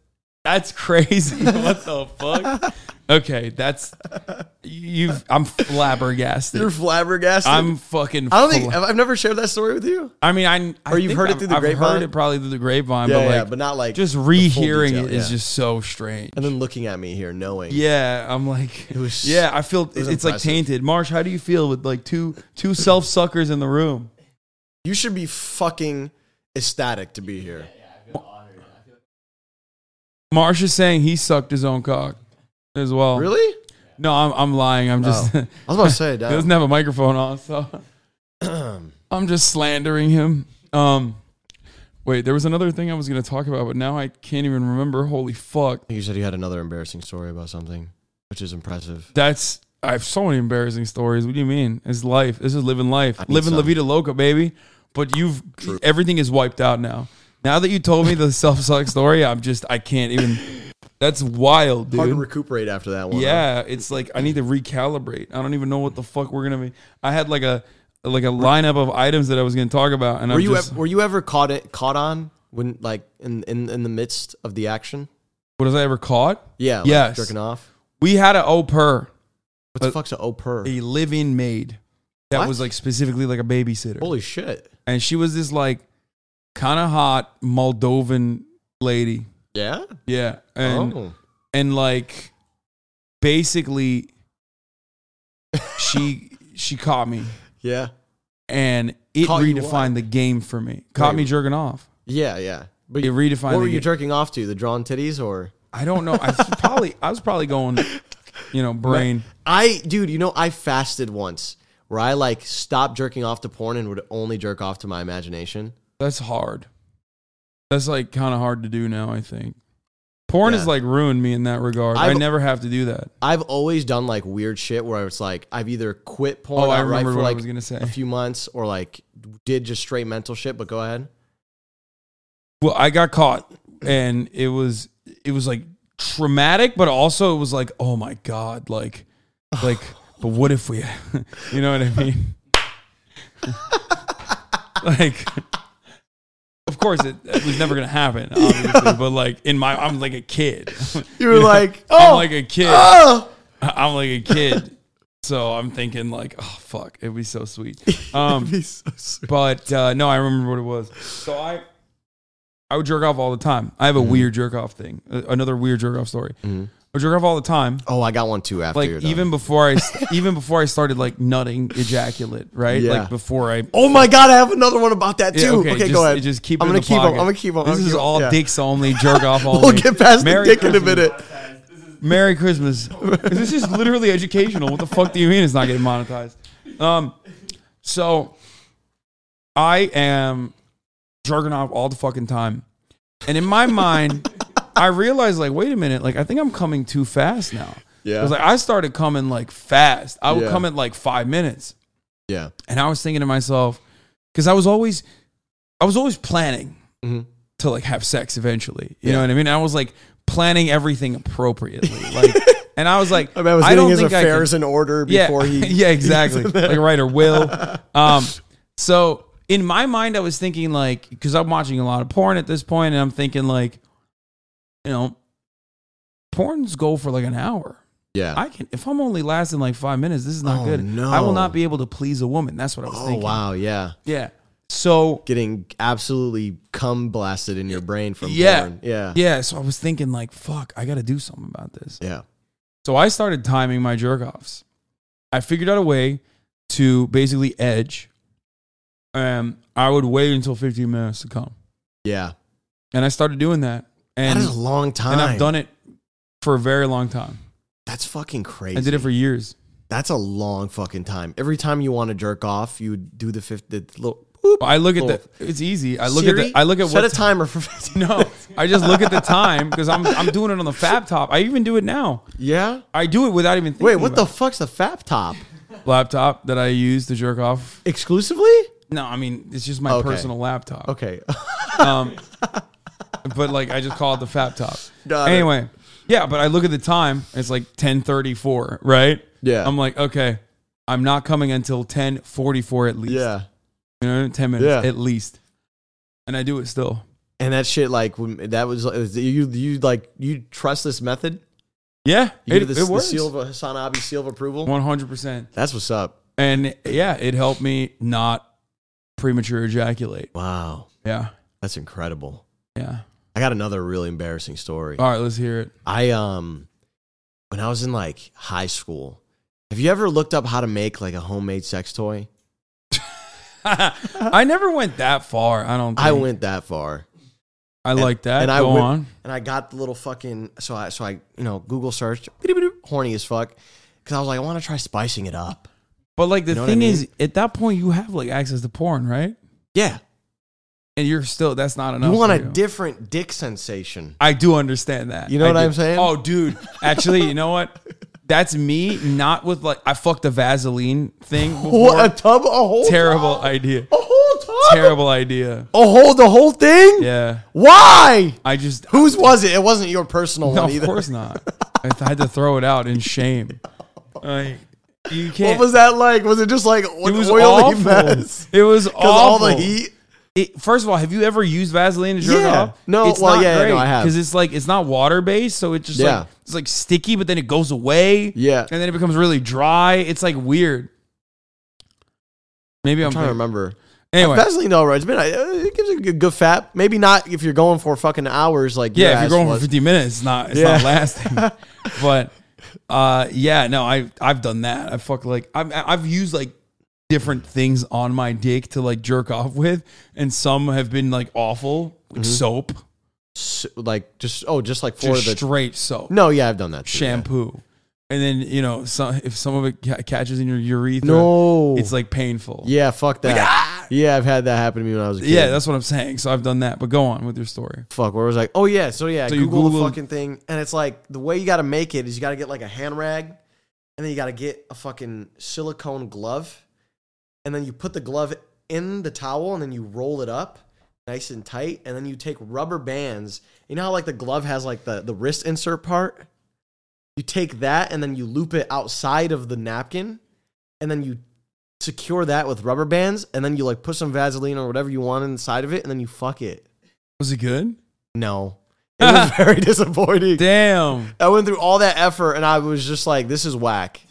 Speaker 1: that's crazy. what the fuck? Okay, that's you've. I'm flabbergasted.
Speaker 2: You're flabbergasted.
Speaker 1: I'm fucking.
Speaker 2: I don't think
Speaker 1: fla-
Speaker 2: I've I've never shared that story with you.
Speaker 1: I mean, I. I
Speaker 2: Or you've
Speaker 1: think
Speaker 2: heard it
Speaker 1: I've-
Speaker 2: through the
Speaker 1: I've
Speaker 2: grapevine?
Speaker 1: heard it probably through the grapevine,
Speaker 2: Yeah,
Speaker 1: but like,
Speaker 2: yeah, but not like
Speaker 1: just
Speaker 2: the full
Speaker 1: rehearing
Speaker 2: detail,
Speaker 1: it is
Speaker 2: yeah.
Speaker 1: just so strange.
Speaker 2: and then looking at me here, knowing.
Speaker 1: yeah, I'm like,
Speaker 2: was-
Speaker 1: yeah, I feel it's
Speaker 2: was
Speaker 1: like
Speaker 2: impressive.
Speaker 1: tainted. Marsh, how do you feel with like two two self suckers in the room?
Speaker 2: You should be fucking ecstatic to be here.
Speaker 1: Marsh is saying he sucked his own cock as well.
Speaker 2: Really?
Speaker 1: No, I'm I'm lying. I'm just
Speaker 2: Oh. I was about to say,
Speaker 1: he
Speaker 2: damn.
Speaker 1: doesn't have a microphone on, so I'm just slandering him. Um, wait, there was another thing I was going to talk about, but now I can't even remember. Holy fuck,
Speaker 2: you said you had another embarrassing story about something, which is impressive.
Speaker 1: that's I have so many embarrassing stories. What do you mean? It's life. This is living life,
Speaker 2: need
Speaker 1: living La
Speaker 2: some.
Speaker 1: Vida Loca, baby. But you've everything is wiped out now. Now that you told me the self suck story, I'm just I can't even. That's wild, dude.
Speaker 2: Hard to recuperate after that one. huh?
Speaker 1: Yeah, it's like I need to recalibrate. I don't even know what the fuck we're gonna be. I had like a like a lineup of items that I was gonna talk about, and
Speaker 2: Were
Speaker 1: I'm
Speaker 2: you
Speaker 1: just,
Speaker 2: ev- were you ever caught it, caught on when like in, in in the midst of the action?
Speaker 1: what was I ever caught?
Speaker 2: Yeah. Like
Speaker 1: Yes.
Speaker 2: Jerking off.
Speaker 1: We had an au pair,
Speaker 2: What the fuck's a au pair?
Speaker 1: a live-in maid that
Speaker 2: What?
Speaker 1: was like specifically like a babysitter,
Speaker 2: Holy shit.
Speaker 1: and she was this like kind of hot Moldovan lady.
Speaker 2: Yeah.
Speaker 1: Yeah, and
Speaker 2: oh.
Speaker 1: and like basically she she caught me,
Speaker 2: Yeah.
Speaker 1: and it
Speaker 2: Caught you
Speaker 1: redefined the game for me. Caught
Speaker 2: Wait.
Speaker 1: me jerking off.
Speaker 2: Yeah. Yeah. But
Speaker 1: It redefined.
Speaker 2: what
Speaker 1: the
Speaker 2: were you
Speaker 1: game.
Speaker 2: jerking off to? The drawn titties or?
Speaker 1: I don't know. I was probably I was probably going, you know, brain.
Speaker 2: I, dude, you know, I fasted once where I like stopped jerking off to porn and would only jerk off to my imagination.
Speaker 1: That's hard. That's like kind of hard to do now. I think porn has
Speaker 2: Yeah.
Speaker 1: like ruined me in that regard. i
Speaker 2: I've-
Speaker 1: never have to do that.
Speaker 2: I've always done like weird shit where it's like I've either quit porn
Speaker 1: Oh, I
Speaker 2: outright
Speaker 1: remember
Speaker 2: for
Speaker 1: what I
Speaker 2: like
Speaker 1: was gonna say.
Speaker 2: a few months or like did just straight mental shit. But go ahead.
Speaker 1: Well, I got caught, and it was it was like traumatic, but also it was like, oh my god, like, like, but what if we, you know what I mean? like, of course, it, it was never gonna happen, obviously. But like in my, I'm like a kid.
Speaker 2: You were like,
Speaker 1: I'm
Speaker 2: oh,
Speaker 1: like a kid.
Speaker 2: oh,
Speaker 1: I'm like a kid. So I'm thinking like, oh fuck, it'd be so sweet. Um,
Speaker 2: He's so sweet.
Speaker 1: but uh, no, I remember what it was. So I I would jerk off all the time. I have
Speaker 2: Mm-hmm.
Speaker 1: a weird jerk off thing. A- Another weird jerk off story. I would jerk off all the time.
Speaker 2: Oh, I got one too. After
Speaker 1: Like
Speaker 2: you're done.
Speaker 1: even before I st- even before I started like nutting ejaculate, right?
Speaker 2: Yeah.
Speaker 1: Like before I
Speaker 2: Oh my god, I have another one about that too.
Speaker 1: Yeah,
Speaker 2: okay,
Speaker 1: just,
Speaker 2: go ahead.
Speaker 1: Just keep. It
Speaker 2: I'm
Speaker 1: in
Speaker 2: gonna
Speaker 1: the
Speaker 2: keep 'em,
Speaker 1: pocket.
Speaker 2: I'm gonna keep 'em, I'm
Speaker 1: This
Speaker 2: gonna
Speaker 1: is
Speaker 2: keep 'em,
Speaker 1: all
Speaker 2: yeah.
Speaker 1: dicks only. Jerk off only.
Speaker 2: We'll get past
Speaker 1: Merry
Speaker 2: the dick in a
Speaker 1: Christmas.
Speaker 2: minute.
Speaker 1: Merry Christmas. this is literally educational. What the fuck do you mean it's not getting monetized? Um, so I am jerking off all the fucking time, and in my mind, I realize like, wait a minute, like I think I'm coming too fast now.
Speaker 2: Yeah.
Speaker 1: 'Cause, like I started coming like fast. I would
Speaker 2: Yeah.
Speaker 1: come at like five minutes,
Speaker 2: Yeah.
Speaker 1: and I was thinking to myself, because I was always, I was always planning
Speaker 2: Mhm.
Speaker 1: to like have sex eventually. You know
Speaker 2: Yeah.
Speaker 1: what I mean? I was like planning everything appropriately. Like, and I was like,
Speaker 2: I, mean, I was
Speaker 1: I
Speaker 2: getting
Speaker 1: don't
Speaker 2: his
Speaker 1: think I could-
Speaker 2: affairs in order before
Speaker 1: yeah,
Speaker 2: he.
Speaker 1: yeah, exactly. like writer will. Um, so in my mind, I was thinking like, because I'm watching a lot of porn at this point, and I'm thinking like, you know, porns go for like an hour.
Speaker 2: Yeah.
Speaker 1: I can if I'm only lasting like five minutes, this is not
Speaker 2: Oh,
Speaker 1: good.
Speaker 2: no.
Speaker 1: I will not be able to please a woman. That's what I was
Speaker 2: oh
Speaker 1: thinking.
Speaker 2: wow, yeah.
Speaker 1: Yeah. So
Speaker 2: Getting absolutely cum blasted in your brain from
Speaker 1: Yeah.
Speaker 2: porn. Yeah.
Speaker 1: yeah, so I was thinking like, fuck, I gotta do something about this.
Speaker 2: Yeah.
Speaker 1: So I started timing my jerk offs. I figured out a way to basically edge. Um, I would wait until 15 minutes to come.
Speaker 2: Yeah.
Speaker 1: And I started doing that.
Speaker 2: That
Speaker 1: And,
Speaker 2: is a long time.
Speaker 1: and I've done it for a very long time.
Speaker 2: That's fucking crazy.
Speaker 1: I did it for years.
Speaker 2: That's a long fucking time. Every time you want to jerk off, you do the fifth the little. Boop,
Speaker 1: But I look at the
Speaker 2: Cool.
Speaker 1: it's easy. I look at
Speaker 2: Siri,
Speaker 1: the I look at
Speaker 2: set
Speaker 1: what
Speaker 2: a timer for fifteen.
Speaker 1: No, I just look at the time because I'm I'm doing it on the fab top. I even do it now.
Speaker 2: Yeah.
Speaker 1: I do it without even thinking.
Speaker 2: Wait, what the
Speaker 1: about
Speaker 2: fuck's the fap top?
Speaker 1: it. laptop that I use to jerk off?
Speaker 2: Exclusively?
Speaker 1: No, I mean it's just my
Speaker 2: Okay.
Speaker 1: personal laptop.
Speaker 2: Okay.
Speaker 1: Um, but like I just call it the fab top.
Speaker 2: Got it.
Speaker 1: anyway, yeah, but I look at the time. It's like ten thirty four, right?
Speaker 2: Yeah.
Speaker 1: I'm like, okay, I'm not coming until ten forty four at least.
Speaker 2: yeah.
Speaker 1: you know, ten minutes
Speaker 2: Yeah.
Speaker 1: at least. And I do it still.
Speaker 2: And that shit, like, when that was, it was- you, you like, you trust this method?
Speaker 1: Yeah,
Speaker 2: You
Speaker 1: it,
Speaker 2: give this,
Speaker 1: it
Speaker 2: the
Speaker 1: works.
Speaker 2: seal of, Hassan Abi seal of approval?
Speaker 1: One hundred percent.
Speaker 2: That's what's up.
Speaker 1: and yeah, it helped me not premature ejaculate.
Speaker 2: Wow.
Speaker 1: Yeah,
Speaker 2: That's incredible.
Speaker 1: yeah.
Speaker 2: I got another really embarrassing story.
Speaker 1: All right, let's hear it.
Speaker 2: I, um, when I was in like high school, have you ever looked up how to make like a homemade sex toy?
Speaker 1: I never went that far. I don't. Think.
Speaker 2: I went that far.
Speaker 1: I like that.
Speaker 2: and I
Speaker 1: Go
Speaker 2: went-
Speaker 1: on.
Speaker 2: and I got the little fucking so I so I you know Google searched "Bidi-bidi," horny as fuck because I was like I want to try spicing it up.
Speaker 1: But like the
Speaker 2: You know what I
Speaker 1: thing
Speaker 2: mean?
Speaker 1: is, at that point, you have like access to porn, right?
Speaker 2: Yeah,
Speaker 1: And you're still that's not enough.
Speaker 2: you want
Speaker 1: for
Speaker 2: a different dick sensation.
Speaker 1: I do understand that.
Speaker 2: You know
Speaker 1: I
Speaker 2: what
Speaker 1: do.
Speaker 2: I'm saying?
Speaker 1: Oh, dude. Actually, you know what? That's me. Not with like I fucked the Vaseline thing. Before.
Speaker 2: What a tub, a whole
Speaker 1: terrible
Speaker 2: tub?
Speaker 1: idea.
Speaker 2: a whole tub,
Speaker 1: Terrible idea.
Speaker 2: a whole the whole thing.
Speaker 1: Yeah.
Speaker 2: Why?
Speaker 1: I just
Speaker 2: Whose was it? It wasn't your personal
Speaker 1: No,
Speaker 2: one
Speaker 1: of
Speaker 2: either.
Speaker 1: course not. I, th- I had to throw it out in shame. Like, you
Speaker 2: What
Speaker 1: can't.
Speaker 2: was that like? Was it just like
Speaker 1: it was
Speaker 2: oily
Speaker 1: awful.
Speaker 2: mess?
Speaker 1: It was
Speaker 2: Because
Speaker 1: awful.
Speaker 2: all the heat.
Speaker 1: It- first of all, have you ever used Vaseline to jerk
Speaker 2: Yeah.
Speaker 1: off?
Speaker 2: No, well, yeah, yeah, no, I have.
Speaker 1: Because it's like it's not water based, so it just
Speaker 2: Yeah.
Speaker 1: like it's like sticky, but then it goes away.
Speaker 2: Yeah.
Speaker 1: and then it becomes really dry. It's like weird. Maybe I'm,
Speaker 2: I'm trying to remember.
Speaker 1: Anyway,
Speaker 2: Vaseline, all right. It's been, uh, it gives a good, good fat. Maybe not if you're going for fucking hours. Like
Speaker 1: yeah,
Speaker 2: your
Speaker 1: if
Speaker 2: ass
Speaker 1: you're going
Speaker 2: was.
Speaker 1: for 15 minutes, it's not it's not
Speaker 2: Yeah.
Speaker 1: lasting. but uh, yeah, no, I I've done that. I fuck like I've I've used like different things on my dick to like jerk off with, and some have been like awful, like soap,
Speaker 2: s- like just oh, just like for
Speaker 1: just
Speaker 2: Mm-hmm. the
Speaker 1: straight soap,
Speaker 2: no, yeah, I've done that. too, yeah.
Speaker 1: shampoo, and then you know some if some of it ca- catches in your urethra,
Speaker 2: No,
Speaker 1: it's like painful.
Speaker 2: yeah, fuck that. Yeah, I've had that happen to me when I was a kid.
Speaker 1: yeah, that's what I'm saying. So I've done that. But go on with your story.
Speaker 2: fuck. Where was I? Oh yeah, so yeah,
Speaker 1: So you
Speaker 2: Google, the
Speaker 1: Googled-
Speaker 2: fucking thing, and it's like the way you got to make it is you got to get like a hand rag, and then you got to get a fucking silicone glove, and then you put the glove in the towel, and then you roll it up. Nice and tight, and then you take rubber bands. You know how like the glove has like the, the wrist insert part? You take that and then you loop it outside of the napkin, and then you secure that with rubber bands, and then you like put some Vaseline or whatever you want inside of it, and then you fuck it.
Speaker 1: Was it good?
Speaker 2: No. It was very disappointing.
Speaker 1: Damn.
Speaker 2: I went through all that effort and I was just like, this is whack.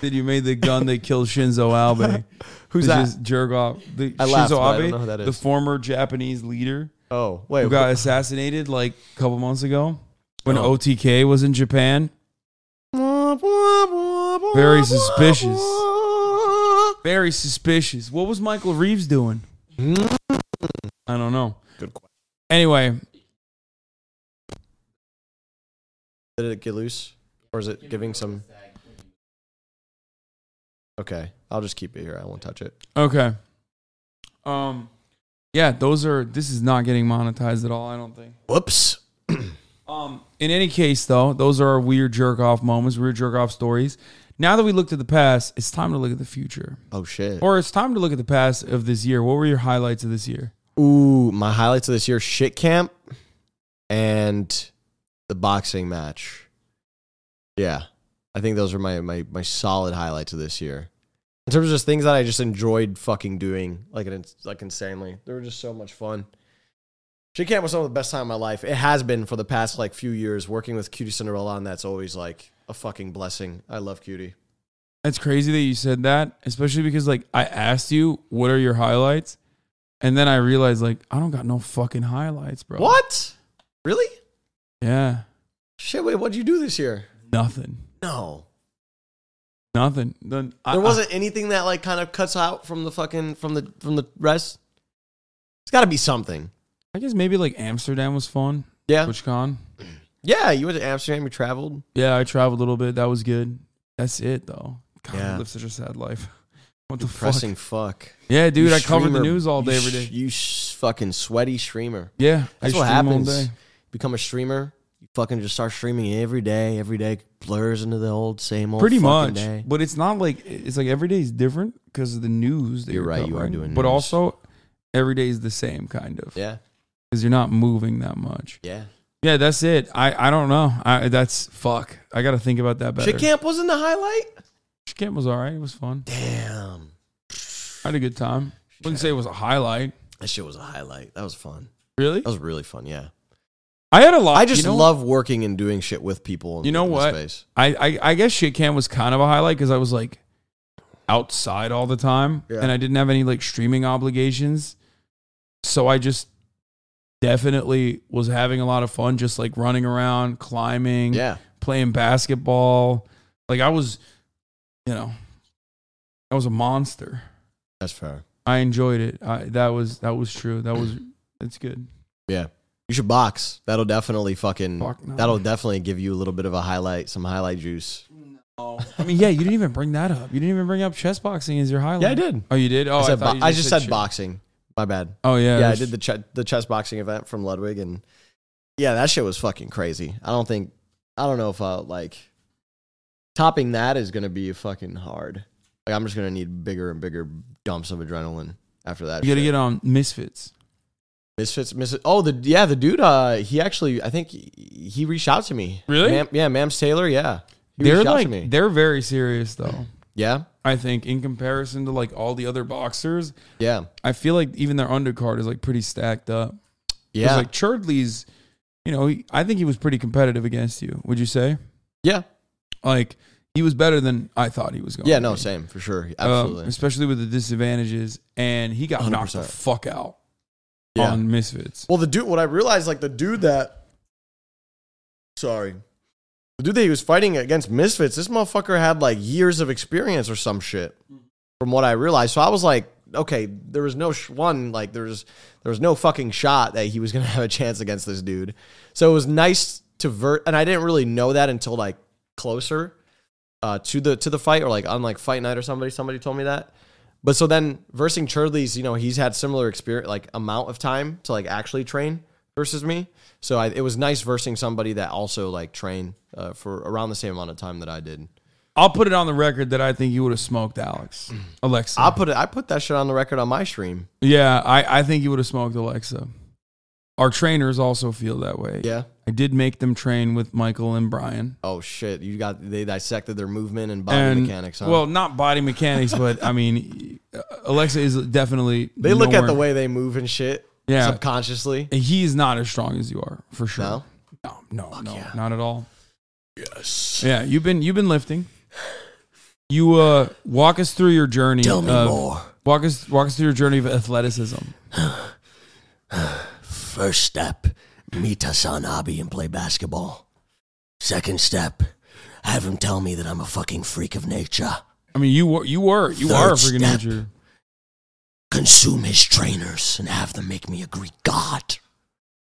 Speaker 1: Did you made the gun that killed Shinzo Abe? Which
Speaker 2: Who's that?
Speaker 1: is jerk off. The,
Speaker 2: I
Speaker 1: Shinzo
Speaker 2: laughed, but I
Speaker 1: Abe,
Speaker 2: don't know who that
Speaker 1: the
Speaker 2: is.
Speaker 1: former Japanese leader
Speaker 2: oh, wait.
Speaker 1: who got assassinated like a couple months ago when
Speaker 2: Oh.
Speaker 1: OTK was in Japan. Very suspicious. Very suspicious. What was Michael Reeves doing? I don't know.
Speaker 2: Good question.
Speaker 1: Anyway,
Speaker 2: Did it get loose, or is it giving some? Okay, I'll just keep it here. I won't touch it.
Speaker 1: okay. Um, yeah, those are. This is not getting monetized at all. I don't think.
Speaker 2: Whoops.
Speaker 1: Um, in any case, though, those are our weird jerk off moments, weird jerk off stories. Now that we looked at the past, it's time to look at the future,
Speaker 2: Oh shit.
Speaker 1: or it's time to look at the past of this year. What were your highlights of this year?
Speaker 2: Ooh, my highlights of this year: shit camp and the boxing match. Yeah, I think those are my my my solid highlights of this year. In terms of just things that I just enjoyed fucking doing, like an, like insanely, they were just so much fun. Shit camp was some of the best time of my life. It has been for the past like few years. Working with Cutie Cinderella, and that's always like a fucking blessing. I love Cutie.
Speaker 1: It's crazy that you said that, especially because like I asked you, what are your highlights? And then I realized like I don't got no fucking highlights, bro.
Speaker 2: What? Really?
Speaker 1: Yeah.
Speaker 2: Shit! Wait, what'd you do this year?
Speaker 1: Nothing.
Speaker 2: No.
Speaker 1: Nothing. Then I-
Speaker 2: There wasn't anything that like kind of cuts out from the fucking from the from the rest. It's got to be something.
Speaker 1: I, I guess maybe like Amsterdam was fun.
Speaker 2: Yeah,
Speaker 1: TwitchCon.
Speaker 2: yeah. You went to Amsterdam. You traveled.
Speaker 1: Yeah, I traveled a little bit. That was good. That's it though. God, I
Speaker 2: Yeah.
Speaker 1: live such a sad life. What the
Speaker 2: Depressing fuck,
Speaker 1: fuck? Yeah, dude.
Speaker 2: You
Speaker 1: I covered the
Speaker 2: streamer.
Speaker 1: news all day
Speaker 2: You
Speaker 1: every
Speaker 2: sh-
Speaker 1: day.
Speaker 2: You sh- fucking sweaty streamer.
Speaker 1: Yeah,
Speaker 2: That's
Speaker 1: I stream
Speaker 2: what
Speaker 1: all
Speaker 2: happens.
Speaker 1: day.
Speaker 2: Become a streamer. You fucking just start streaming every day. Every day blurs into the old same old.
Speaker 1: Pretty
Speaker 2: fucking
Speaker 1: much,
Speaker 2: Day.
Speaker 1: but it's not like it's like every day is different because of the news. That
Speaker 2: You're
Speaker 1: you're,
Speaker 2: right, you are
Speaker 1: covering,
Speaker 2: doing
Speaker 1: but
Speaker 2: news.
Speaker 1: also every day is the same kind of
Speaker 2: Yeah,
Speaker 1: because you're not moving that much.
Speaker 2: yeah.
Speaker 1: Yeah, that's it. I I don't know. I that's fuck. I got to think about that better.
Speaker 2: Shit camp wasn't the highlight.
Speaker 1: Shit camp was all right. It was fun.
Speaker 2: Damn,
Speaker 1: I had a good time. Wouldn't say it was a highlight.
Speaker 2: that shit was a highlight. That was fun.
Speaker 1: Really?
Speaker 2: That was really fun. Yeah.
Speaker 1: I had a lot.
Speaker 2: I just
Speaker 1: Uh, you know,
Speaker 2: love working and doing shit with people. In,
Speaker 1: You know
Speaker 2: in the
Speaker 1: what?
Speaker 2: Space.
Speaker 1: I, I I guess shit cam was kind of a highlight because I was like outside all the time
Speaker 2: Yeah.
Speaker 1: and I didn't have any like streaming obligations, so I just definitely was having a lot of fun, just like running around, climbing,
Speaker 2: Yeah.
Speaker 1: playing basketball. Like I was, you know, I was a monster.
Speaker 2: That's fair.
Speaker 1: I enjoyed it. I, that was that was true. That was it's good.
Speaker 2: Yeah. You should box. That'll definitely fucking
Speaker 1: Fuck no.
Speaker 2: that'll definitely give you a little bit of a highlight, some highlight juice.
Speaker 1: I mean, yeah, you didn't even bring that up. You didn't even bring up chess boxing as your highlight.
Speaker 2: did.
Speaker 1: Oh, you did. Oh,
Speaker 2: I,
Speaker 1: I,
Speaker 2: said
Speaker 1: thought
Speaker 2: bo-
Speaker 1: you
Speaker 2: I just said,
Speaker 1: shit.
Speaker 2: boxing. My bad.
Speaker 1: Oh yeah,
Speaker 2: yeah, I
Speaker 1: there's-
Speaker 2: did the ch- the chess boxing event from Ludwig and yeah, that shit was fucking crazy. I don't think I don't know if I like topping that is going to be fucking hard. Like I'm just going to need bigger and bigger dumps of adrenaline after that.
Speaker 1: You gotta
Speaker 2: shit.
Speaker 1: get on Misfits.
Speaker 2: Misfits, Misfits. Oh, the yeah, the dude. Uh, he actually, I think he- he reached out to me.
Speaker 1: Really?
Speaker 2: Mam, yeah, Mams Taylor. Yeah, he
Speaker 1: They're
Speaker 2: reached out
Speaker 1: like
Speaker 2: to me.
Speaker 1: they're very serious though.
Speaker 2: yeah,
Speaker 1: I think in comparison to like all the other boxers,
Speaker 2: yeah,
Speaker 1: I feel like even their undercard is like pretty stacked up. 'Cause,
Speaker 2: yeah,
Speaker 1: like Churdley's, you know, he, I think he was pretty competitive against you. Would you say?
Speaker 2: yeah,
Speaker 1: Like he was better than I thought he was going.
Speaker 2: yeah.
Speaker 1: to
Speaker 2: No,
Speaker 1: be.
Speaker 2: same for sure.
Speaker 1: Oh, Um,
Speaker 2: Absolutely.
Speaker 1: especially with the disadvantages, and he got knocked the
Speaker 2: 100%.
Speaker 1: fuck out
Speaker 2: yeah.
Speaker 1: on Misfits.
Speaker 2: well, the dude. What I realized, like the dude that. Sorry. The dude that he was fighting against Misfits, this motherfucker had like years of experience or some shit, from what I realized. So I was like, okay, there was no sh- one like there was there was no fucking shot that he was gonna have a chance against this dude. So it was nice to vert, and I didn't really know that until like closer uh, to the to the fight or like on like fight night or somebody somebody told me that. But so then versing Churdley's, you know, he's had similar experience like amount of time to like actually train versus me. So I, it was nice versing somebody that also like trained uh, for around the same amount of time that I did.
Speaker 1: I'll put it on the record that I think you would have smoked Alex, Alexa.
Speaker 2: I put it I put that shit on the record on my stream.
Speaker 1: Yeah, I, I think you would have smoked Alexa. Our trainers also feel that way.
Speaker 2: Yeah.
Speaker 1: I did make them train with Michael and Brian.
Speaker 2: Oh shit, you got they dissected their movement and body
Speaker 1: and
Speaker 2: mechanics. Huh?
Speaker 1: well, not body mechanics, but I mean, uh, Alexa is definitely.
Speaker 2: they look at the
Speaker 1: nowhere-
Speaker 2: way they move and shit.
Speaker 1: Yeah.
Speaker 2: subconsciously.
Speaker 1: He's not as strong as you are, for sure.
Speaker 2: No?
Speaker 1: no, no, no,
Speaker 2: yeah.
Speaker 1: not at all.
Speaker 2: Yes.
Speaker 1: Yeah, you've been you've been lifting. You uh, walk us through your journey.
Speaker 2: Tell me
Speaker 1: of-
Speaker 3: more.
Speaker 1: Walk us walk us through your journey of athleticism.
Speaker 3: First step, meet Hassan Abi and play basketball. Second step, have him tell me that I'm a fucking freak of nature.
Speaker 1: I mean, you were you were you are a
Speaker 3: Third
Speaker 1: freaking
Speaker 3: step.
Speaker 1: nature.
Speaker 3: Consume his trainers and have them make me a Greek god.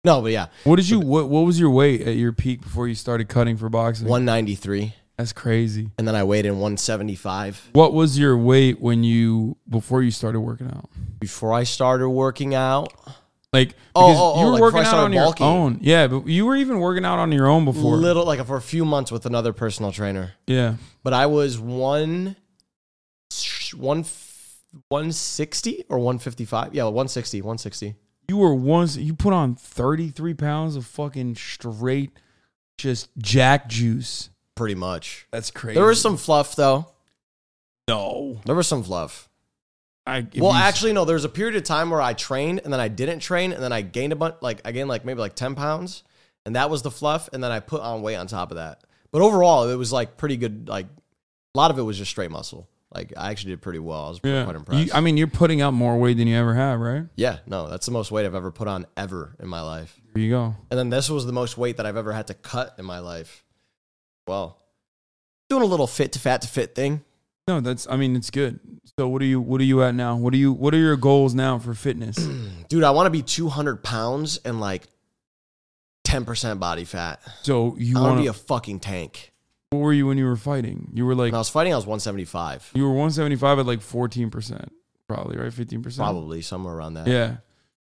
Speaker 2: No, but yeah,
Speaker 1: What did you what What was your weight at your peak before you started cutting for boxing?
Speaker 2: 193,
Speaker 1: That's crazy.
Speaker 2: and then I weighed in 175
Speaker 1: What was your weight when you before you started working out?
Speaker 2: before I started working out.
Speaker 1: Like
Speaker 2: Oh,
Speaker 1: because
Speaker 2: oh, oh,
Speaker 1: you were
Speaker 2: like, before
Speaker 1: working
Speaker 2: I
Speaker 1: out
Speaker 2: started
Speaker 1: on your
Speaker 2: bulking.
Speaker 1: own. Yeah, but you were even working out on your own before.
Speaker 2: Little like for a few months with another personal trainer.
Speaker 1: Yeah.
Speaker 2: but I was one, one, one sixty or one fifty five. Yeah, one sixty, one sixty.
Speaker 1: You were once you put on 33 pounds of fucking straight just jack juice.
Speaker 2: Pretty much.
Speaker 1: That's crazy.
Speaker 2: There was some fluff though.
Speaker 1: no.
Speaker 2: There was some fluff.
Speaker 1: I, if
Speaker 2: well,
Speaker 1: you-
Speaker 2: actually, no. There was a period of time where I trained and then I didn't train and then I gained a bunch, like I gained like maybe like ten pounds, and that was the fluff. And then I put on weight on top of that. But overall, it was like pretty good. Like a lot of it was just straight muscle. Like I actually did pretty well. I was
Speaker 1: yeah.
Speaker 2: quite impressed.
Speaker 1: You- I mean, you're putting out more weight than you ever have, right?
Speaker 2: yeah, no, that's the most weight I've ever put on ever in my life.
Speaker 1: Here you go.
Speaker 2: And then this was the most weight that I've ever had to cut in my life. Well, doing a little fit to fat to fit thing.
Speaker 1: No, that's I mean, it's good. So what are you what are you at now? What are you what are your goals now for fitness?
Speaker 2: Dude, I want to be 200 pounds and like 10% body fat.
Speaker 1: so you
Speaker 2: I want
Speaker 1: want
Speaker 2: to be a fucking tank.
Speaker 1: what were you when you were fighting? You were like
Speaker 2: When I was fighting, I was 175,
Speaker 1: you were 175 at like 14% probably, right? 15%.
Speaker 2: probably somewhere around that.
Speaker 1: Yeah.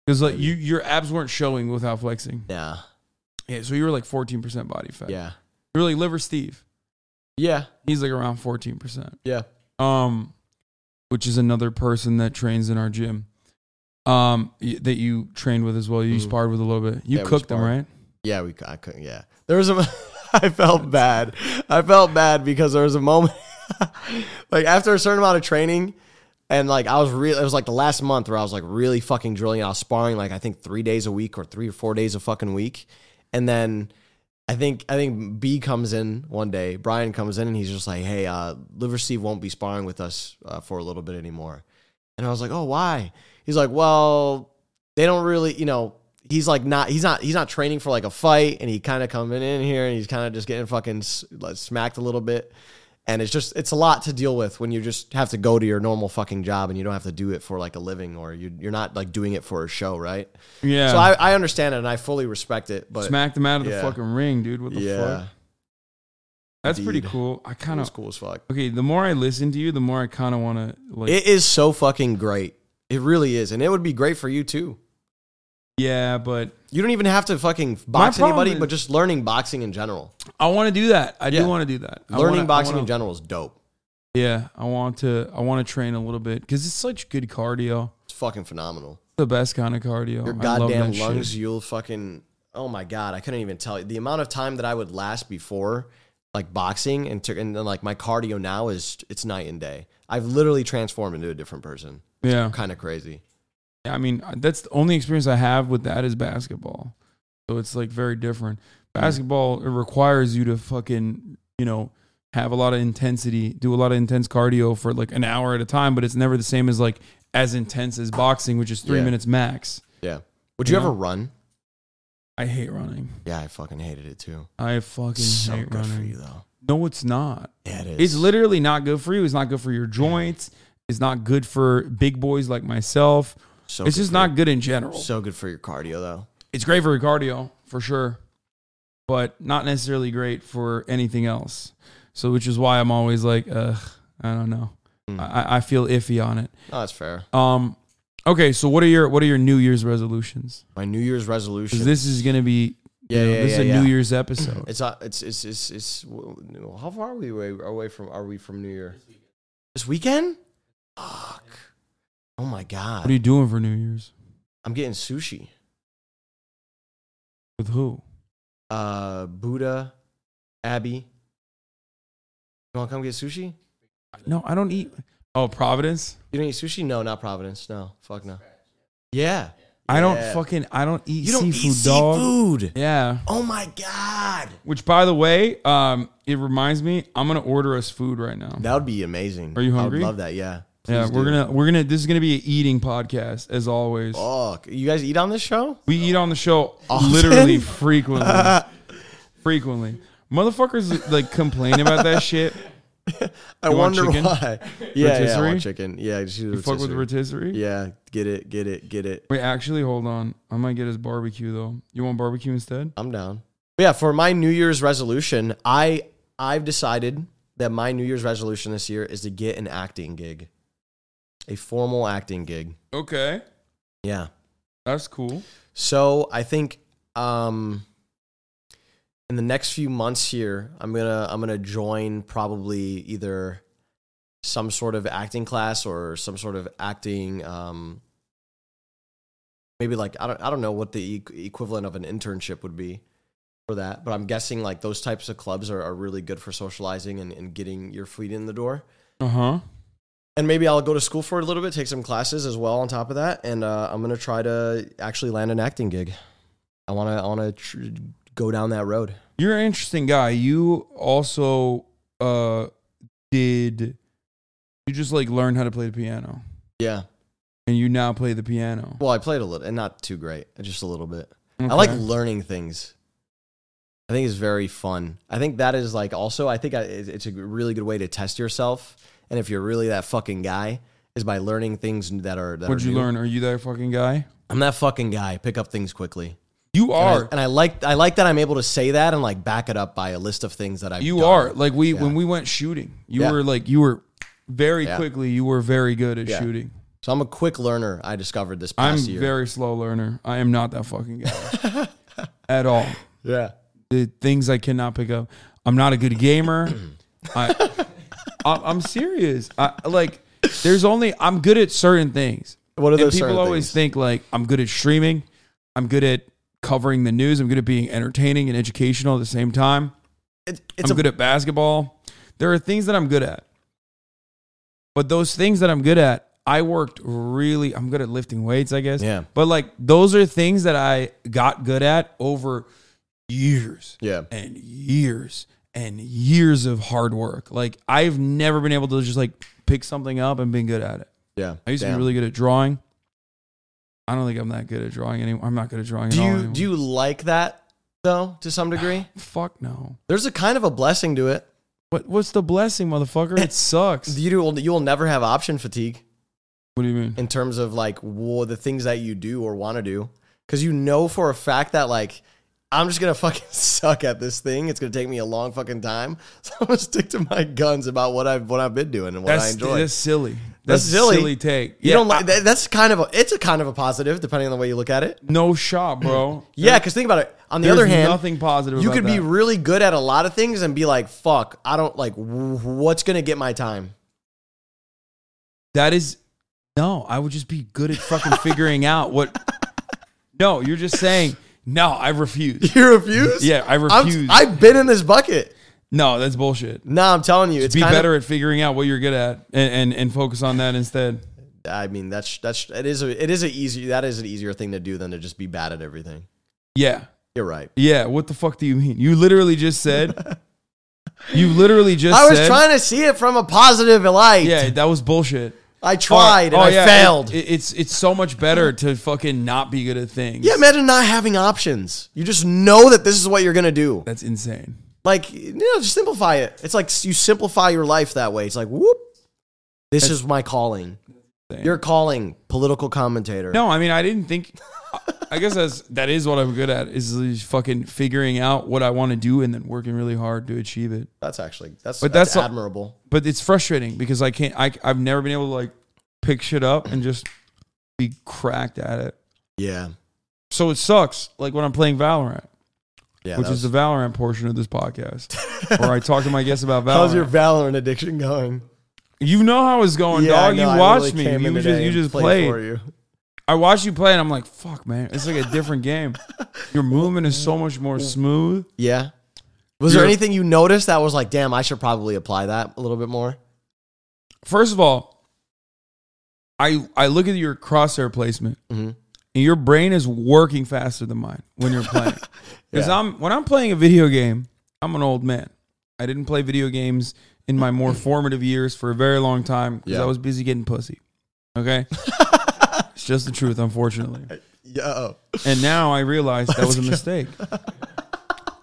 Speaker 1: Cuz like you your abs weren't showing without flexing.
Speaker 2: Yeah.
Speaker 1: Yeah, so you were like 14% body fat.
Speaker 2: Yeah.
Speaker 1: You were like liver Steve.
Speaker 2: Yeah.
Speaker 1: He's like around 14%.
Speaker 2: Yeah.
Speaker 1: Um which is another person that trains in our gym. Um y- that you trained with as well. You
Speaker 2: Mhm.
Speaker 1: sparred with a little bit. You
Speaker 2: Yeah, we
Speaker 1: cooked them,
Speaker 2: sparred.
Speaker 1: right?
Speaker 2: Yeah, we I couldn't. Yeah, there was a. I felt bad. I felt bad because there was a moment, like after a certain amount of training, and like I was real. It was like the last month where I was like really fucking drilling. I was sparring like I think three days a week or three or four days a fucking week, and then I think I think B comes in one day. Brian comes in and he's just like, "Hey, uh, Liver Steve won't be sparring with us uh, for a little bit anymore." And I was like, "Oh, why?" He's like, "Well, they don't really, you know, he's like not he's not he's not training for like a fight and he kind of coming in here and he's kind of just getting fucking s- like, smacked a little bit and it's just it's a lot to deal with when you just have to go to your normal fucking job and you don't have to do it for like a living or you, you're not like doing it for a show right
Speaker 1: Yeah.
Speaker 2: so I, I understand it and i fully respect it but
Speaker 1: smacked him out of the
Speaker 2: yeah.
Speaker 1: fucking ring, dude. What the
Speaker 2: yeah
Speaker 1: fuck? That's pretty
Speaker 2: indeed.
Speaker 1: cool. I kind
Speaker 2: it's
Speaker 1: of
Speaker 2: cool as fuck
Speaker 1: okay. The more I listen to you, the more I kind of want to like.
Speaker 2: it is so fucking great it really is and it would be great for you too
Speaker 1: yeah, but
Speaker 2: you don't even have to fucking box
Speaker 1: problem
Speaker 2: anybody
Speaker 1: is-
Speaker 2: but just learning boxing in general
Speaker 1: I want to do that. I
Speaker 2: Yeah.
Speaker 1: do want to do that. I
Speaker 2: learning
Speaker 1: wanna- I
Speaker 2: boxing in
Speaker 1: wanna-
Speaker 2: general is dope
Speaker 1: Yeah, I want to. I want to train a little bit because it's such good cardio.
Speaker 2: it's fucking phenomenal
Speaker 1: The best kind of cardio.
Speaker 2: Your
Speaker 1: Oh, I love
Speaker 2: goddamn
Speaker 1: that
Speaker 2: lungs,
Speaker 1: shit.
Speaker 2: you'll fucking. Oh my god, I couldn't even tell you the amount of time that I would last before like boxing and to, and then like my cardio now is it's night and day. I've literally transformed into a different person.
Speaker 1: Yeah,
Speaker 2: Kind of crazy.
Speaker 1: I mean that's the only experience I have with that is basketball. So it's like very different. Basketball it requires you to fucking you know have a lot of intensity, do a lot of intense cardio for like an hour at a time, but it's never the same as like as intense as boxing, which is three
Speaker 2: Yeah.
Speaker 1: minutes max.
Speaker 2: Yeah. Would you
Speaker 1: Yeah.
Speaker 2: ever run?
Speaker 1: I hate running.
Speaker 2: Yeah, I fucking hated it too.
Speaker 1: I fucking
Speaker 2: so
Speaker 1: hate
Speaker 2: good
Speaker 1: running.
Speaker 2: for you though.
Speaker 1: No, it's not.
Speaker 2: Yeah, it is.
Speaker 1: It's literally not good for you. It's not good for your joints. It's not good for big boys like myself.
Speaker 2: so
Speaker 1: it's
Speaker 2: good
Speaker 1: just
Speaker 2: for
Speaker 1: not good in general.
Speaker 2: your- so good for your cardio though.
Speaker 1: it's great for your cardio for sure, but not necessarily great for anything else. So, which is why I'm always like, ugh, I don't know.
Speaker 2: Mm.
Speaker 1: I, I feel iffy on it.
Speaker 2: No, that's fair.
Speaker 1: Um, okay. So, what are your what are your New Year's resolutions?
Speaker 2: My New Year's resolution.
Speaker 1: 'Cause this is gonna be you
Speaker 2: yeah,
Speaker 1: know,
Speaker 2: yeah,
Speaker 1: this
Speaker 2: yeah,
Speaker 1: is a
Speaker 2: yeah.
Speaker 1: New Year's episode.
Speaker 2: It's uh, it's it's it's, it's well, how far are we away, away from are we from New Year? This weekend? Fuck. Oh my
Speaker 1: what are
Speaker 2: god.
Speaker 1: you doing for New Year's
Speaker 2: I'm getting sushi.
Speaker 1: with who?
Speaker 2: Uh Buddha, Abby. You wanna come get sushi?
Speaker 1: No, I don't eat. Oh, Providence.
Speaker 2: You don't eat sushi? No, not Providence. No. Fuck no. Yeah.
Speaker 1: I don't
Speaker 2: Yeah.
Speaker 1: fucking I don't eat
Speaker 2: You don't
Speaker 1: seafood,
Speaker 2: eat
Speaker 1: dog.
Speaker 2: seafood.
Speaker 1: Yeah.
Speaker 2: Oh my god,
Speaker 1: Which by the way, um, it reminds me, I'm gonna order us food right now.
Speaker 2: that would be amazing.
Speaker 1: Are you
Speaker 2: I
Speaker 1: hungry?
Speaker 2: would love that. Yeah.
Speaker 1: yeah,
Speaker 2: Please
Speaker 1: we're
Speaker 2: do.
Speaker 1: gonna we're gonna this is gonna be an eating podcast, as always.
Speaker 2: Oh, you guys eat on this show?
Speaker 1: We eat on the show literally frequently. frequently. Motherfuckers like complain about that shit.
Speaker 2: I
Speaker 1: want
Speaker 2: wonder
Speaker 1: chicken?
Speaker 2: why. Yeah, yeah, I
Speaker 1: Rotisserie?
Speaker 2: want chicken. Yeah, just you
Speaker 1: Fuck with the rotisserie.
Speaker 2: Yeah, get it, get it, get it.
Speaker 1: Wait, actually, hold on. I might get his barbecue though. You want barbecue instead?
Speaker 2: I'm down. But yeah, for my New Year's resolution, I I've decided that my New Year's resolution this year is to get an acting gig, a formal acting gig.
Speaker 1: Okay,
Speaker 2: Yeah.
Speaker 1: that's cool.
Speaker 2: So I think um, in the next few months here, I'm gonna I'm gonna join probably either some sort of acting class or some sort of acting. Um, maybe like I don't I don't know what the equ- equivalent of an internship would be for that, but I'm guessing like those types of clubs are, are really good for socializing and, and getting your feet in the door.
Speaker 1: Uh huh.
Speaker 2: And maybe I'll go to school for a little bit, take some classes as well on top of that, and uh, I'm gonna try to actually land an acting gig. I wanna I wanna tr- go down that road.
Speaker 1: You're an interesting guy. You also uh did you just like learned how to play the piano
Speaker 2: Yeah.
Speaker 1: and you now play the piano.
Speaker 2: Well, I played a little, and not too great, just a little bit. I like
Speaker 1: Okay.
Speaker 2: learning things. I think it's very fun. I think that is like also. I think I, it- it's a really good way to test yourself, and if you're really that fucking guy, is by learning things that are. That
Speaker 1: What'd
Speaker 2: are
Speaker 1: you
Speaker 2: new.
Speaker 1: learn? Are you that fucking guy?
Speaker 2: I'm that fucking guy. Pick up things quickly.
Speaker 1: You
Speaker 2: And I-
Speaker 1: are.
Speaker 2: And I like I like that I'm able to say that and like back it up by a list of things that I've
Speaker 1: You
Speaker 2: done.
Speaker 1: are. Like we
Speaker 2: Yeah.
Speaker 1: when we went shooting, you
Speaker 2: Yeah.
Speaker 1: were like you were very
Speaker 2: Yeah.
Speaker 1: quickly. You were very good at
Speaker 2: Yeah.
Speaker 1: shooting.
Speaker 2: So I'm a quick learner. I discovered this
Speaker 1: I'm
Speaker 2: past year.
Speaker 1: very slow learner. I am not that fucking guy at all.
Speaker 2: yeah.
Speaker 1: The things I cannot pick up. I'm not a good gamer. I, I I'm serious. I like. There's only I'm good at certain things.
Speaker 2: What are
Speaker 1: and
Speaker 2: those
Speaker 1: people
Speaker 2: certain
Speaker 1: always
Speaker 2: things?
Speaker 1: think like I'm good at streaming, I'm good at covering the news, I'm good at being entertaining and educational at the same time.
Speaker 2: It- it's
Speaker 1: I'm
Speaker 2: a
Speaker 1: good at basketball. There are things that I'm good at. But those things that I'm good at, I worked really I'm good at lifting weights, I guess.
Speaker 2: Yeah.
Speaker 1: But like those are things that I got good at over years
Speaker 2: yeah.
Speaker 1: and years and years of hard work. Like I've never been able to just like pick something up and been good at it.
Speaker 2: Yeah.
Speaker 1: I used to
Speaker 2: Damn.
Speaker 1: be really good at drawing. I don't think I'm that good at drawing anymore. I'm not good at drawing
Speaker 2: Do
Speaker 1: at all.
Speaker 2: you
Speaker 1: anymore.
Speaker 2: do you like that though to some degree?
Speaker 1: Fuck no.
Speaker 2: There's a kind of a blessing to it.
Speaker 1: What what's the blessing, motherfucker? It sucks.
Speaker 2: You Eh, do, you will never have option fatigue
Speaker 1: What do you mean?
Speaker 2: in terms of like wha- the things that you do or want to do cuz you know for a fact that like I'm just gonna fucking suck at this thing. It's gonna take me a long fucking time. So I'm gonna stick to my guns about what I've what I've been doing and what I
Speaker 1: That's,
Speaker 2: enjoy.
Speaker 1: that's silly.
Speaker 2: That's
Speaker 1: That's,
Speaker 2: silly.
Speaker 1: silly. take.
Speaker 2: You
Speaker 1: Yeah,
Speaker 2: don't like
Speaker 1: I-
Speaker 2: that, that's kind of a it's a kind of a positive depending on the way you look at it.
Speaker 1: no shot, bro.
Speaker 2: Yeah, because think about it. On the
Speaker 1: There's
Speaker 2: other hand,
Speaker 1: nothing positive.
Speaker 2: you
Speaker 1: about
Speaker 2: could be
Speaker 1: that.
Speaker 2: really good at a lot of things and be like, "Fuck, I don't like wh- what's gonna get my time."
Speaker 1: That is no. I would just be good at fucking figuring out what. No, you're just saying no. I refuse.
Speaker 2: You refuse?
Speaker 1: Yeah, I
Speaker 2: I'm-
Speaker 1: refuse.
Speaker 2: I've been in this bucket.
Speaker 1: no, that's bullshit.
Speaker 2: Nah, I'm telling you, it's
Speaker 1: Be
Speaker 2: kind
Speaker 1: better at figuring out what you're good at and, and, and focus on that instead.
Speaker 2: Of, I mean, that's that's it is a, it is a easy that is an easier thing to do than to just be bad at everything.
Speaker 1: Yeah.
Speaker 2: You're right.
Speaker 1: Yeah. What the fuck do you mean? You literally just said. you literally just
Speaker 2: I was
Speaker 1: said-
Speaker 2: trying to see it from a positive light.
Speaker 1: Yeah, that was bullshit.
Speaker 2: I tried and I
Speaker 1: oh, yeah, it-
Speaker 2: failed.
Speaker 1: it- it's it's so much better to fucking not be good at things.
Speaker 2: yeah, imagine not having options. You just know that this is what you're gonna do.
Speaker 1: That's insane.
Speaker 2: Like, you know, just simplify it. It's like you simplify your life that way. It's like, whoop, this is my calling.
Speaker 1: Damn.
Speaker 2: Your calling, political commentator.
Speaker 1: No, I mean I didn't think. I guess that's that is what I'm good at is these fucking figuring out what I want to do and then working really hard to achieve it.
Speaker 2: that's actually that's
Speaker 1: But
Speaker 2: that's,
Speaker 1: that's a-
Speaker 2: admirable.
Speaker 1: But it's frustrating because I can't. I I've never been able to like pick shit up and just be cracked at it.
Speaker 2: yeah,
Speaker 1: So it sucks. Like when I'm playing Valorant,
Speaker 2: yeah.
Speaker 1: which
Speaker 2: that
Speaker 1: is
Speaker 2: was-
Speaker 1: the Valorant portion of this podcast, where I talk to my guests about Valorant.
Speaker 2: how's your Valorant addiction going?
Speaker 1: You know how it's going,
Speaker 2: I
Speaker 1: dog.
Speaker 2: know, I
Speaker 1: you watched
Speaker 2: really came
Speaker 1: me.
Speaker 2: in
Speaker 1: You
Speaker 2: today
Speaker 1: just you
Speaker 2: and
Speaker 1: just
Speaker 2: for
Speaker 1: played.
Speaker 2: you.
Speaker 1: I watched you play, and I'm like, fuck, man, it's like a different game. Your movement is so much more smooth.
Speaker 2: Yeah. Was there
Speaker 1: You're-
Speaker 2: anything you noticed that was like, damn, I should probably apply that a little bit more?
Speaker 1: First of all, I I look at your crosshair placement,
Speaker 2: Mhm.
Speaker 1: and your brain is working faster than mine when you're playing. Because I'm when I'm playing a video game, I'm an old man. I didn't play video games in my more formative years for a very long time because
Speaker 2: Yeah.
Speaker 1: I was busy getting pussy. Okay, it's just the truth, unfortunately.
Speaker 2: Yo,
Speaker 1: And now I realize that was a mistake.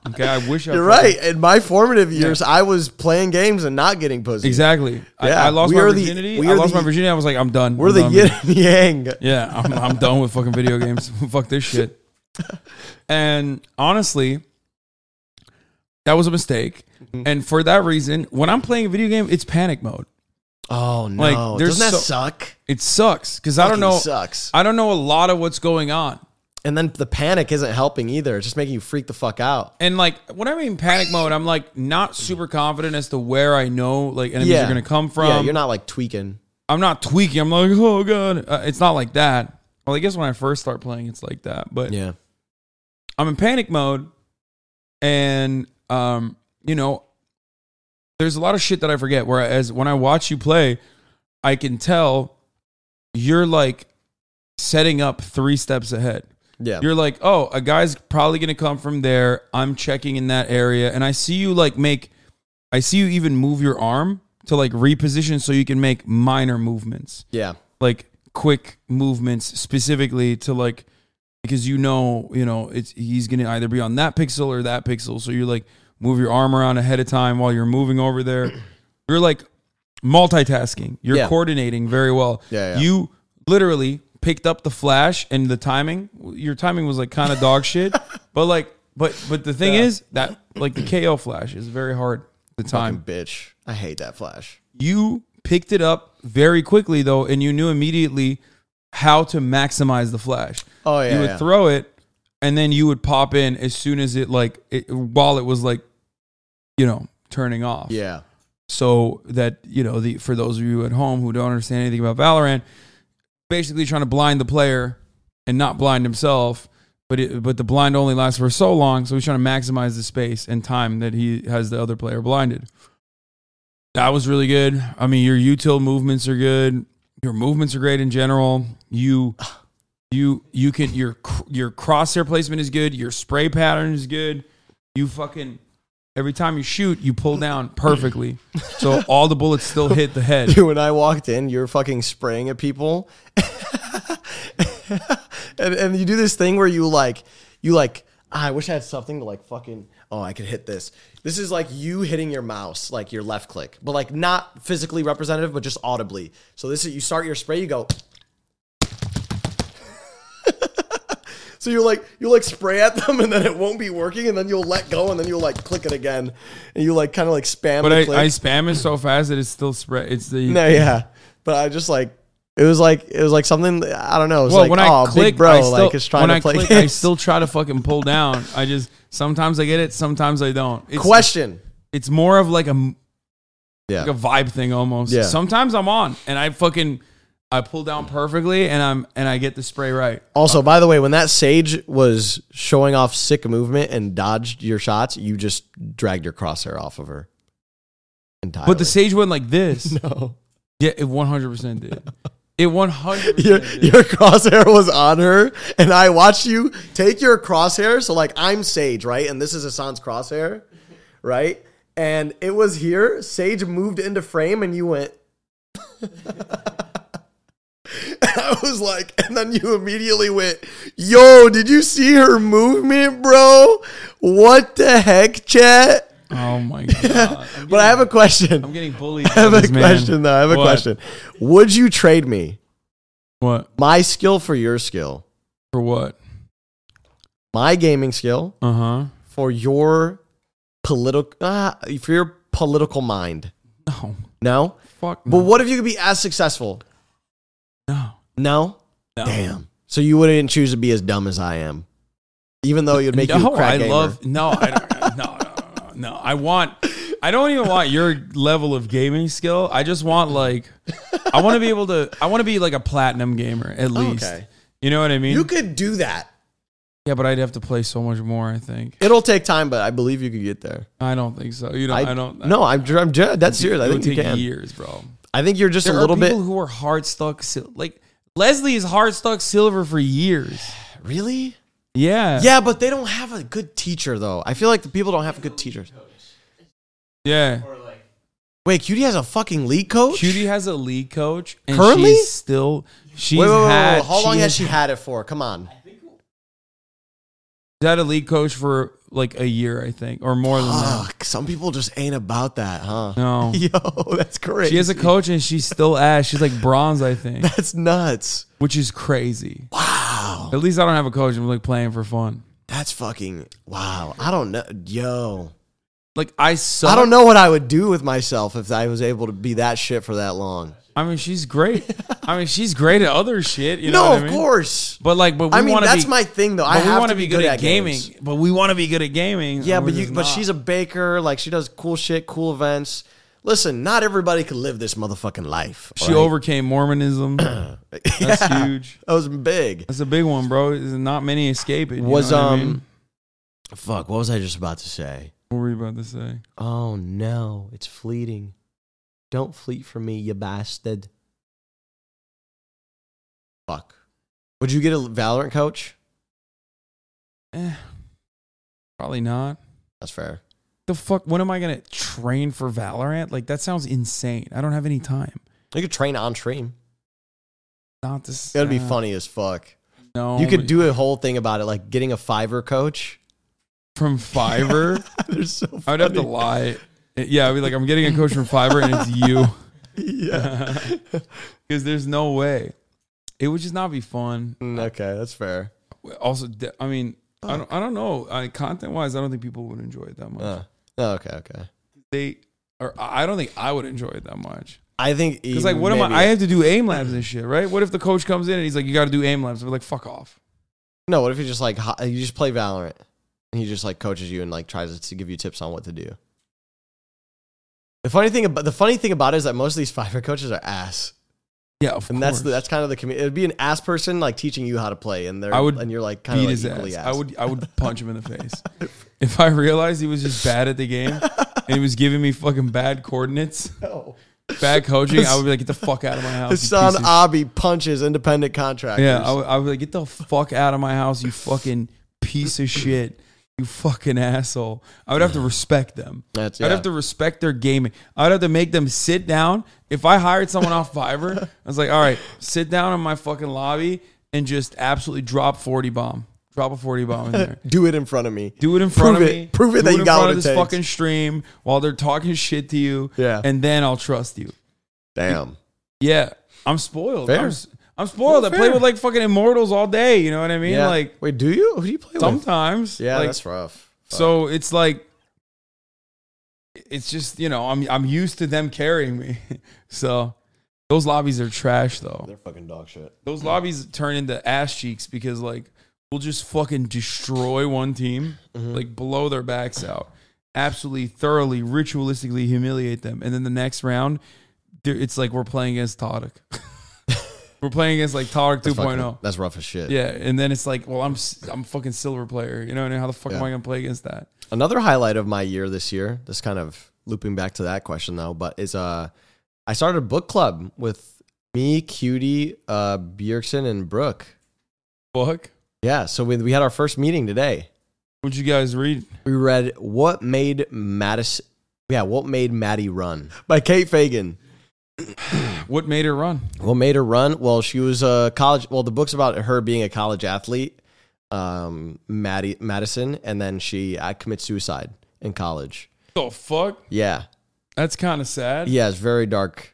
Speaker 1: Okay, I wish I
Speaker 2: you're
Speaker 1: fucking-
Speaker 2: right. In my formative years, I was playing games and not getting pussy.
Speaker 1: Exactly. I,
Speaker 2: Yeah,
Speaker 1: I lost
Speaker 2: we
Speaker 1: my
Speaker 2: are the-
Speaker 1: virginity.
Speaker 2: we
Speaker 1: I
Speaker 2: are
Speaker 1: lost
Speaker 2: the-
Speaker 1: my virginity. I was like, I'm done.
Speaker 2: We're
Speaker 1: I'm
Speaker 2: the
Speaker 1: done.
Speaker 2: yin and yang.
Speaker 1: Yeah, I'm, I'm done with fucking video games. Fuck this shit. And honestly, that was a mistake.
Speaker 2: Mm-hmm.
Speaker 1: And for that reason, when I'm playing a video game, it's panic mode.
Speaker 2: Oh no!
Speaker 1: Like, there's
Speaker 2: Doesn't that
Speaker 1: so-
Speaker 2: suck?
Speaker 1: It sucks because I don't
Speaker 2: Fucking
Speaker 1: know.
Speaker 2: Sucks.
Speaker 1: I don't know a lot of what's going on.
Speaker 2: And then the panic isn't helping either. It's just making you freak the fuck out.
Speaker 1: And like when I mean panic mode, I'm like not super confident as to where I know like enemies
Speaker 2: Yeah.
Speaker 1: are gonna come from.
Speaker 2: yeah, you're not like tweaking.
Speaker 1: I'm not tweaking. I'm like, oh god, uh, it's not like that. Well, I guess when I first start playing, it's like that. But
Speaker 2: Yeah.
Speaker 1: I'm in panic mode, and um, you know, there's a lot of shit that I forget. Whereas when I watch you play, I can tell you're like setting up three steps ahead.
Speaker 2: Yeah.
Speaker 1: You're like, oh, a guy's probably gonna come from there. I'm checking in that area, and I see you like make, I see you even move your arm to like reposition so you can make minor movements
Speaker 2: yeah.
Speaker 1: like quick movements specifically to like because you know you know it's he's gonna either be on that pixel or that pixel so you like move your arm around ahead of time while you're moving over there you're like multitasking you're
Speaker 2: Yeah.
Speaker 1: coordinating very well
Speaker 2: Yeah, yeah.
Speaker 1: you literally picked up the flash and the timing your timing was like kind of dog shit but like but but the thing is that like the KO flash is very hard the time
Speaker 2: Fucking bitch. I hate that flash.
Speaker 1: you picked it up very quickly though, and you knew immediately how to maximize the flash.
Speaker 2: Oh yeah.
Speaker 1: you would
Speaker 2: yeah.
Speaker 1: throw it, and then you would pop in as soon as it like it, while it was like, you know, turning off.
Speaker 2: yeah.
Speaker 1: So that you know, the for those of you at home who don't understand anything about Valorant, basically trying to blind the player and not blind himself. But it, but the blind only lasts for so long, so he's trying to maximize the space and time that he has the other player blinded. That was really good. I mean, your util movements are good. Your movements are great in general. You you you can your cr- your crosshair placement is good. Your spray pattern is good. You fucking every time you shoot, you pull down perfectly, so all the bullets still hit the head.
Speaker 2: Dude, when I walked in, you're fucking spraying at people. and, and you do this thing where you like, you like, "Ah, I wish I had something to like fucking, oh, I could hit this. This is like you hitting your mouse, like your left click, but like not physically representative, but just audibly. So this is, you start your spray, you go. So you're like you like spray at them and then it won't be working and then you'll let go and then you'll like click it again and you like kind of like spam.
Speaker 1: But
Speaker 2: the
Speaker 1: I,
Speaker 2: click.
Speaker 1: I spam it so fast that it's still spread. It's the
Speaker 2: No, yeah, but I just like it was like it was like something I don't know. It was
Speaker 1: well
Speaker 2: like
Speaker 1: when
Speaker 2: oh,
Speaker 1: I click,
Speaker 2: big bro,
Speaker 1: I still,
Speaker 2: like is
Speaker 1: when
Speaker 2: trying to
Speaker 1: I
Speaker 2: play.
Speaker 1: click, I
Speaker 2: games.
Speaker 1: still try to fucking pull down. I just sometimes I get it, sometimes I don't. It's,
Speaker 2: question.
Speaker 1: it's more of like a m-
Speaker 2: Yeah,
Speaker 1: like a vibe thing almost.
Speaker 2: Yeah.
Speaker 1: Sometimes I'm on and I fucking I pull down perfectly and I'm and I get the spray right.
Speaker 2: Also, by the way, when that sage was showing off sick movement and dodged your shots, you just dragged your crosshair off of her. Entirely.
Speaker 1: But the sage went like this.
Speaker 2: no,
Speaker 1: Yeah, it 100% did. It 100%
Speaker 2: your,
Speaker 1: did.
Speaker 2: your crosshair was on her, and I watched you take your crosshair. So like I'm Sage, right? And this is Hassan's crosshair, right? And it was here. Sage moved into frame, and you went. And I was like, and then you immediately went, "Yo, did you see her movement, bro? What the heck, chat?"
Speaker 1: Oh my god.
Speaker 2: But I have a question.
Speaker 1: I'm getting bullied.
Speaker 2: I have a question though. I have a question. Would you trade me
Speaker 1: What?
Speaker 2: my skill for your skill?
Speaker 1: For what?
Speaker 2: my gaming skill
Speaker 1: Uh-huh.
Speaker 2: for your political ah, for your political mind.
Speaker 1: No.
Speaker 2: No,
Speaker 1: Fuck
Speaker 2: but
Speaker 1: no.
Speaker 2: what if you could be as successful?
Speaker 1: no.
Speaker 2: No,
Speaker 1: No.
Speaker 2: damn. So you wouldn't choose to be as dumb as I am, even though you'd make you
Speaker 1: no,
Speaker 2: a crack
Speaker 1: I
Speaker 2: gamer.
Speaker 1: love no, I don't, no, no, no, no. I want. I don't even want your level of gaming skill. I just want like, I want to be able to. I want to be like a platinum gamer at least.
Speaker 2: Oh, Okay.
Speaker 1: You know what I mean?
Speaker 2: You could do that.
Speaker 1: yeah, but I'd have to play so much more. I think.
Speaker 2: It'll take time, but I believe you could get there.
Speaker 1: I don't think so. You know, I, don't.
Speaker 2: No, I'm. I'm dead. That's serious. I
Speaker 1: It would
Speaker 2: think you
Speaker 1: take
Speaker 2: can.
Speaker 1: years, bro.
Speaker 2: I think you're just
Speaker 1: There
Speaker 2: a
Speaker 1: are
Speaker 2: little
Speaker 1: people
Speaker 2: bit.
Speaker 1: who are hard stuck. Like Leslie is hard stuck silver for years.
Speaker 2: Really?
Speaker 1: Yeah.
Speaker 2: Yeah, but they don't have a good teacher though. I feel like the people don't have good teachers.
Speaker 4: Yeah.
Speaker 2: Wait, Cutie has a fucking league coach.
Speaker 1: Cutie has a league coach and
Speaker 2: Currently?
Speaker 1: she's still she's
Speaker 2: wait, wait, wait, wait, wait.
Speaker 1: had
Speaker 2: How long has
Speaker 1: has
Speaker 2: she had it for? Come on.
Speaker 1: She's had a league coach for like a year, I think, or more than that.
Speaker 2: Fuck, some people just ain't about that, huh?
Speaker 1: No.
Speaker 2: Yo, that's crazy.
Speaker 1: She has a coach and she's still ass. She's like bronze, I think,
Speaker 2: That's nuts.
Speaker 1: which is crazy.
Speaker 2: Wow.
Speaker 1: At least I don't have a coach. I'm like playing for fun.
Speaker 2: That's fucking wow. I don't know. Yo.
Speaker 1: Like I suck.
Speaker 2: I don't know what I would do with myself if I was able to be that shit for that long.
Speaker 1: I mean, she's great. I mean, she's great at other shit. You know
Speaker 2: no,
Speaker 1: what I
Speaker 2: of
Speaker 1: mean?
Speaker 2: course.
Speaker 1: But like, but we
Speaker 2: I mean,
Speaker 1: want to
Speaker 2: that's
Speaker 1: be.
Speaker 2: my thing though. I
Speaker 1: but we
Speaker 2: have
Speaker 1: want
Speaker 2: to
Speaker 1: to be good, at gaming.
Speaker 2: games.
Speaker 1: But we want to be good at gaming.
Speaker 2: Yeah,
Speaker 1: and
Speaker 2: but
Speaker 1: we're
Speaker 2: you
Speaker 1: just
Speaker 2: but
Speaker 1: not.
Speaker 2: she's a baker. Like she does cool shit, cool events. Listen, not everybody could live this motherfucking life.
Speaker 1: she
Speaker 2: right?
Speaker 1: overcame Mormonism. That's huge.
Speaker 2: That was big.
Speaker 1: That's a big one, bro. There's not many escape it. you
Speaker 2: Was
Speaker 1: know what I
Speaker 2: um,
Speaker 1: mean?
Speaker 2: fuck. What was I just about to say?
Speaker 1: What were you about to say?
Speaker 2: Oh no, it's fleeting. Don't fleet for me, you bastard. Fuck. Would you get a Valorant coach?
Speaker 1: Eh, probably not.
Speaker 2: That's fair.
Speaker 1: The fuck? When am I gonna train for Valorant? Like that sounds insane. I don't have any time.
Speaker 2: You could train on stream.
Speaker 1: Not this.
Speaker 2: That'd be
Speaker 1: uh,
Speaker 2: funny as fuck.
Speaker 1: No,
Speaker 2: You could
Speaker 1: but-
Speaker 2: do a whole thing about it, like getting a Fiverr coach.
Speaker 1: from Fiverr.
Speaker 2: They're so funny.
Speaker 1: I would have to lie. Eh, Yeah, I'd be like, I'm getting a coach from Fiverr, and it's you.
Speaker 2: Yeah.
Speaker 1: because there's no way it would just not be fun.
Speaker 2: Mm, okay, that's fair.
Speaker 1: Also, de- I mean, I don't, I don't know. I, content wise, I don't think people would enjoy it that much.
Speaker 2: Uh, oh, okay, okay.
Speaker 1: They or I I don't think I would enjoy it that much.
Speaker 2: I think
Speaker 1: It's like, what am I? I have to do aim labs and shit, right? What if the coach comes in and he's like, you got to do aim labs? We're like, fuck off.
Speaker 2: no. What if you just like hi- you just play Valorant and he just like coaches you and like tries to give you tips on what to do. The funny thing about the funny thing about it is that most of these Fiverr coaches are ass,
Speaker 1: Yeah, of
Speaker 2: and
Speaker 1: course.
Speaker 2: that's the, that's kind of the community. It'd be an ass person like teaching you how to play, and they're
Speaker 1: I would
Speaker 2: and you're like kind
Speaker 1: beat
Speaker 2: of like
Speaker 1: his
Speaker 2: equally
Speaker 1: ass.
Speaker 2: ass.
Speaker 1: I would, I would punch him in the face if I realized he was just bad at the game and he was giving me fucking bad coordinates,
Speaker 2: No.
Speaker 1: bad coaching. I would be like, get the fuck out of my house. you
Speaker 2: Hassan
Speaker 1: piece of
Speaker 2: Abi punches independent contractors.
Speaker 1: Yeah, I, would- I was like, get the fuck out of my house, you fucking piece of shit. You fucking asshole. I would have to respect them.
Speaker 2: That's-
Speaker 1: I'd
Speaker 2: yeah.
Speaker 1: have to respect their gaming. I'd have to make them sit down. If I hired someone off Fiverr, I was like, all right, sit down in my fucking lobby and just absolutely drop 40 bomb. Drop a 40 bomb in there.
Speaker 2: do it in front of me.
Speaker 1: Do it in front
Speaker 2: Prove
Speaker 1: of
Speaker 2: it.
Speaker 1: me.
Speaker 2: Prove it
Speaker 1: Do
Speaker 2: that you
Speaker 1: in
Speaker 2: got
Speaker 1: front
Speaker 2: what
Speaker 1: of
Speaker 2: it
Speaker 1: this
Speaker 2: takes.
Speaker 1: fucking stream while they're talking shit to you.
Speaker 2: Yeah.
Speaker 1: And then I'll trust you.
Speaker 2: Damn.
Speaker 1: Yeah. I'm spoiled.
Speaker 2: Fair.
Speaker 1: I'm, s- I'm spoiled. I play
Speaker 2: Fair.
Speaker 1: with like fucking immortals all day. You know what I mean? Like
Speaker 2: wait, do you? Who do you play with?
Speaker 1: sometimes.
Speaker 2: Yeah,
Speaker 1: like,
Speaker 2: that's rough.
Speaker 1: so it's like it's just you know I'm I'm used to them carrying me. so those lobbies are trash though.
Speaker 2: they're fucking dog shit.
Speaker 1: Those lobbies turn into ass cheeks because like we'll just fucking destroy one team,
Speaker 2: Mm-hmm.
Speaker 1: like blow their backs out, absolutely thoroughly ritualistically humiliate them, and then the next round, they're- it's like we're playing against Todic. we're playing against like Todic 2.0.
Speaker 2: That's rough as shit.
Speaker 1: Yeah, and then it's like, well, I'm s- I'm fucking silver player, you know, and how the fuck am
Speaker 2: Yeah.
Speaker 1: I gonna play against that?
Speaker 2: Another highlight of my year this year. This kind of looping back to that question though, but is uh, I started a book club with me, Cutie, uh, Bjergsen, and Brooke.
Speaker 1: Fuck.
Speaker 2: Yeah. So we we had our first meeting today.
Speaker 1: What'd you guys read?
Speaker 2: We read "What Made Mattis." Yeah, what made Maddie run by Kate Fagan.
Speaker 1: What made her run?
Speaker 2: What made her run? Well, she was a college. Well, the book's about her being a college athlete, um, Maddie Madison, and then she uh, commits suicide in college.
Speaker 1: The fuck?
Speaker 2: Yeah,
Speaker 1: That's kind of sad.
Speaker 2: yeah, it's very dark.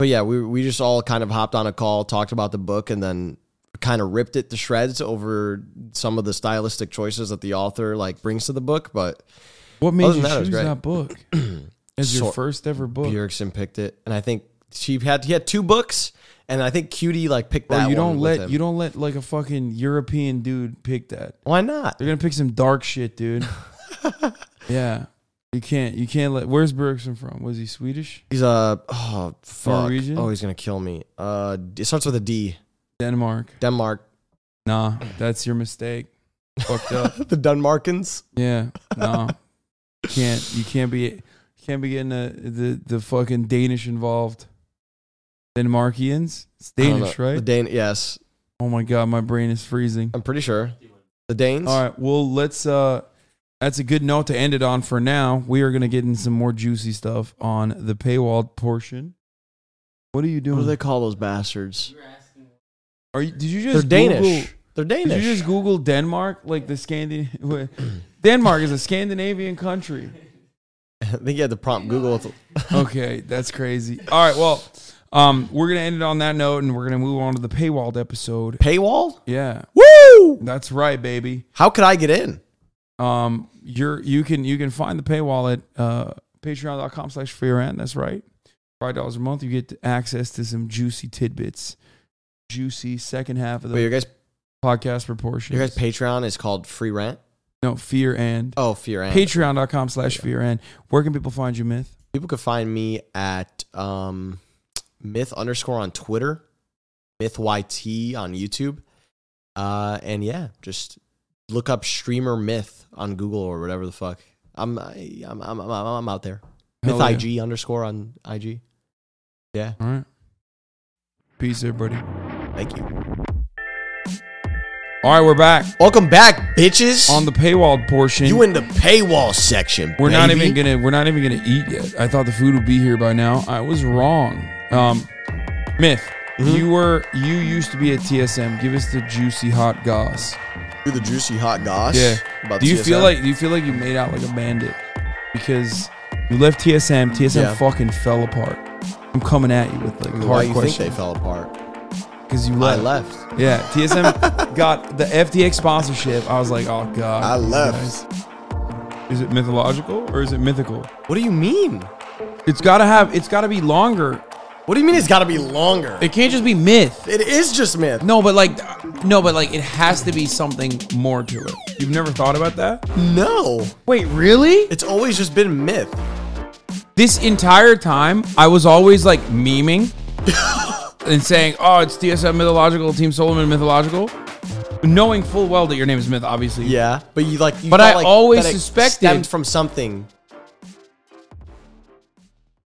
Speaker 2: But yeah, we we just all kind of hopped on a call, talked about the book, and then kind of ripped it to shreds over some of the stylistic choices that the author like brings to the book. But
Speaker 1: What made
Speaker 2: Other
Speaker 1: you
Speaker 2: than that, it was
Speaker 1: choose
Speaker 2: great.
Speaker 1: that book as your
Speaker 2: Sor-
Speaker 1: first ever book?
Speaker 2: Bjergsen picked it, and I think she had he had two books, and I think Cutie like picked
Speaker 1: Bro,
Speaker 2: that.
Speaker 1: you
Speaker 2: one
Speaker 1: don't
Speaker 2: with
Speaker 1: let
Speaker 2: him.
Speaker 1: you don't let like a fucking European dude pick that.
Speaker 2: Why not?
Speaker 1: They're gonna pick some dark shit, dude. yeah, you can't you can't let. Where's Bergson from? Was he Swedish?
Speaker 2: He's uh oh fuck.
Speaker 1: Norwegian?
Speaker 2: Oh, he's gonna kill me. Uh, it starts with a D.
Speaker 1: Denmark.
Speaker 2: Denmark.
Speaker 1: Nah, that's your mistake. Fucked up.
Speaker 2: the Denmarkans.
Speaker 1: Yeah, no, can't you can't be can't be getting the the, the fucking Danish involved. Denmarkians. It's
Speaker 2: I don't
Speaker 1: Danish,
Speaker 2: know. The
Speaker 1: right?
Speaker 2: Dan- yes,
Speaker 1: Oh my god, my brain is freezing.
Speaker 2: I'm pretty sure. The Danes.
Speaker 1: All right, well, let's. uh That's a good note to end it on for now. We are gonna get in some more juicy stuff on the paywall portion. What are you
Speaker 2: What do
Speaker 1: doing?
Speaker 2: they call those bastards?
Speaker 1: are you, did you
Speaker 2: They're
Speaker 1: just
Speaker 2: Danish.
Speaker 1: Google-
Speaker 2: They're
Speaker 1: Did
Speaker 2: Danish.
Speaker 1: you just Google Denmark? Like the Scandin Denmark is a Scandinavian country.
Speaker 2: I think you had to prompt Google. With,
Speaker 1: Okay, that's crazy. All right, well, um, we're gonna end it on that note, and we're gonna move on to the paywalled episode.
Speaker 2: paywall?
Speaker 1: Yeah,
Speaker 2: Woo!
Speaker 1: that's right, baby.
Speaker 2: How could I get in?
Speaker 1: Um, you're you can you can find the paywall at uh, patreon.com slash free rent. That's right. Five dollars a month, you get access to some juicy tidbits, juicy second half of the
Speaker 2: Wait, your guys,
Speaker 1: podcast proportion.
Speaker 2: your guys' Patreon is called Free Rent.
Speaker 1: no fear and
Speaker 2: Oh, Fear Rent.
Speaker 1: patreon.com slash fear and where can people find you myth
Speaker 2: People could find me at um, Myth underscore on Twitter, Myth YT on YouTube, uh, and yeah, just look up streamer Myth on Google or whatever the fuck. I'm I, I'm, I'm I'm I'm out there. Myth
Speaker 1: Hell yeah.
Speaker 2: IG underscore on IG. Yeah,
Speaker 1: all right peace everybody
Speaker 2: thank you.
Speaker 1: all right we're back
Speaker 2: Welcome back, bitches.
Speaker 1: on the paywalled portion
Speaker 2: you in the paywall section.
Speaker 1: we're not
Speaker 2: baby.
Speaker 1: even gonna we're not even gonna eat yet i thought the food would be here by now i was wrong um myth
Speaker 2: Mm-hmm.
Speaker 1: you were you used to be at tsm give us the juicy hot goss
Speaker 2: do the juicy hot goss.
Speaker 1: yeah
Speaker 2: About
Speaker 1: do you feel
Speaker 2: TSM.
Speaker 1: like do you feel like you made out like a bandit because you left tsm tsm
Speaker 2: Yeah.
Speaker 1: fucking fell apart i'm coming at you with like hard
Speaker 2: why you
Speaker 1: questions
Speaker 2: think they fell apart?
Speaker 1: because you
Speaker 2: I
Speaker 1: left
Speaker 2: left.
Speaker 1: Yeah, TSM got the FTX sponsorship. I was like, oh god.
Speaker 2: I
Speaker 1: these
Speaker 2: left.
Speaker 1: guys. Is it mythological or is it mythical?
Speaker 2: What do you mean?
Speaker 1: It's gotta have. It's gotta be longer.
Speaker 2: What do you mean it's got to be longer?
Speaker 1: It can't just be myth.
Speaker 2: It is just myth.
Speaker 1: No, but like, no, but like, it has to be something more to it. You've never thought about that?
Speaker 2: No.
Speaker 1: Wait, really?
Speaker 2: It's always just been myth.
Speaker 1: This entire time, I was always like memeing and saying, "Oh, it's TSM mythological, Team Solomon mythological," knowing full well that your name is Myth, obviously.
Speaker 2: Yeah. But you like you
Speaker 1: But
Speaker 2: felt
Speaker 1: I
Speaker 2: like
Speaker 1: always
Speaker 2: that it
Speaker 1: suspected-
Speaker 2: stemmed from something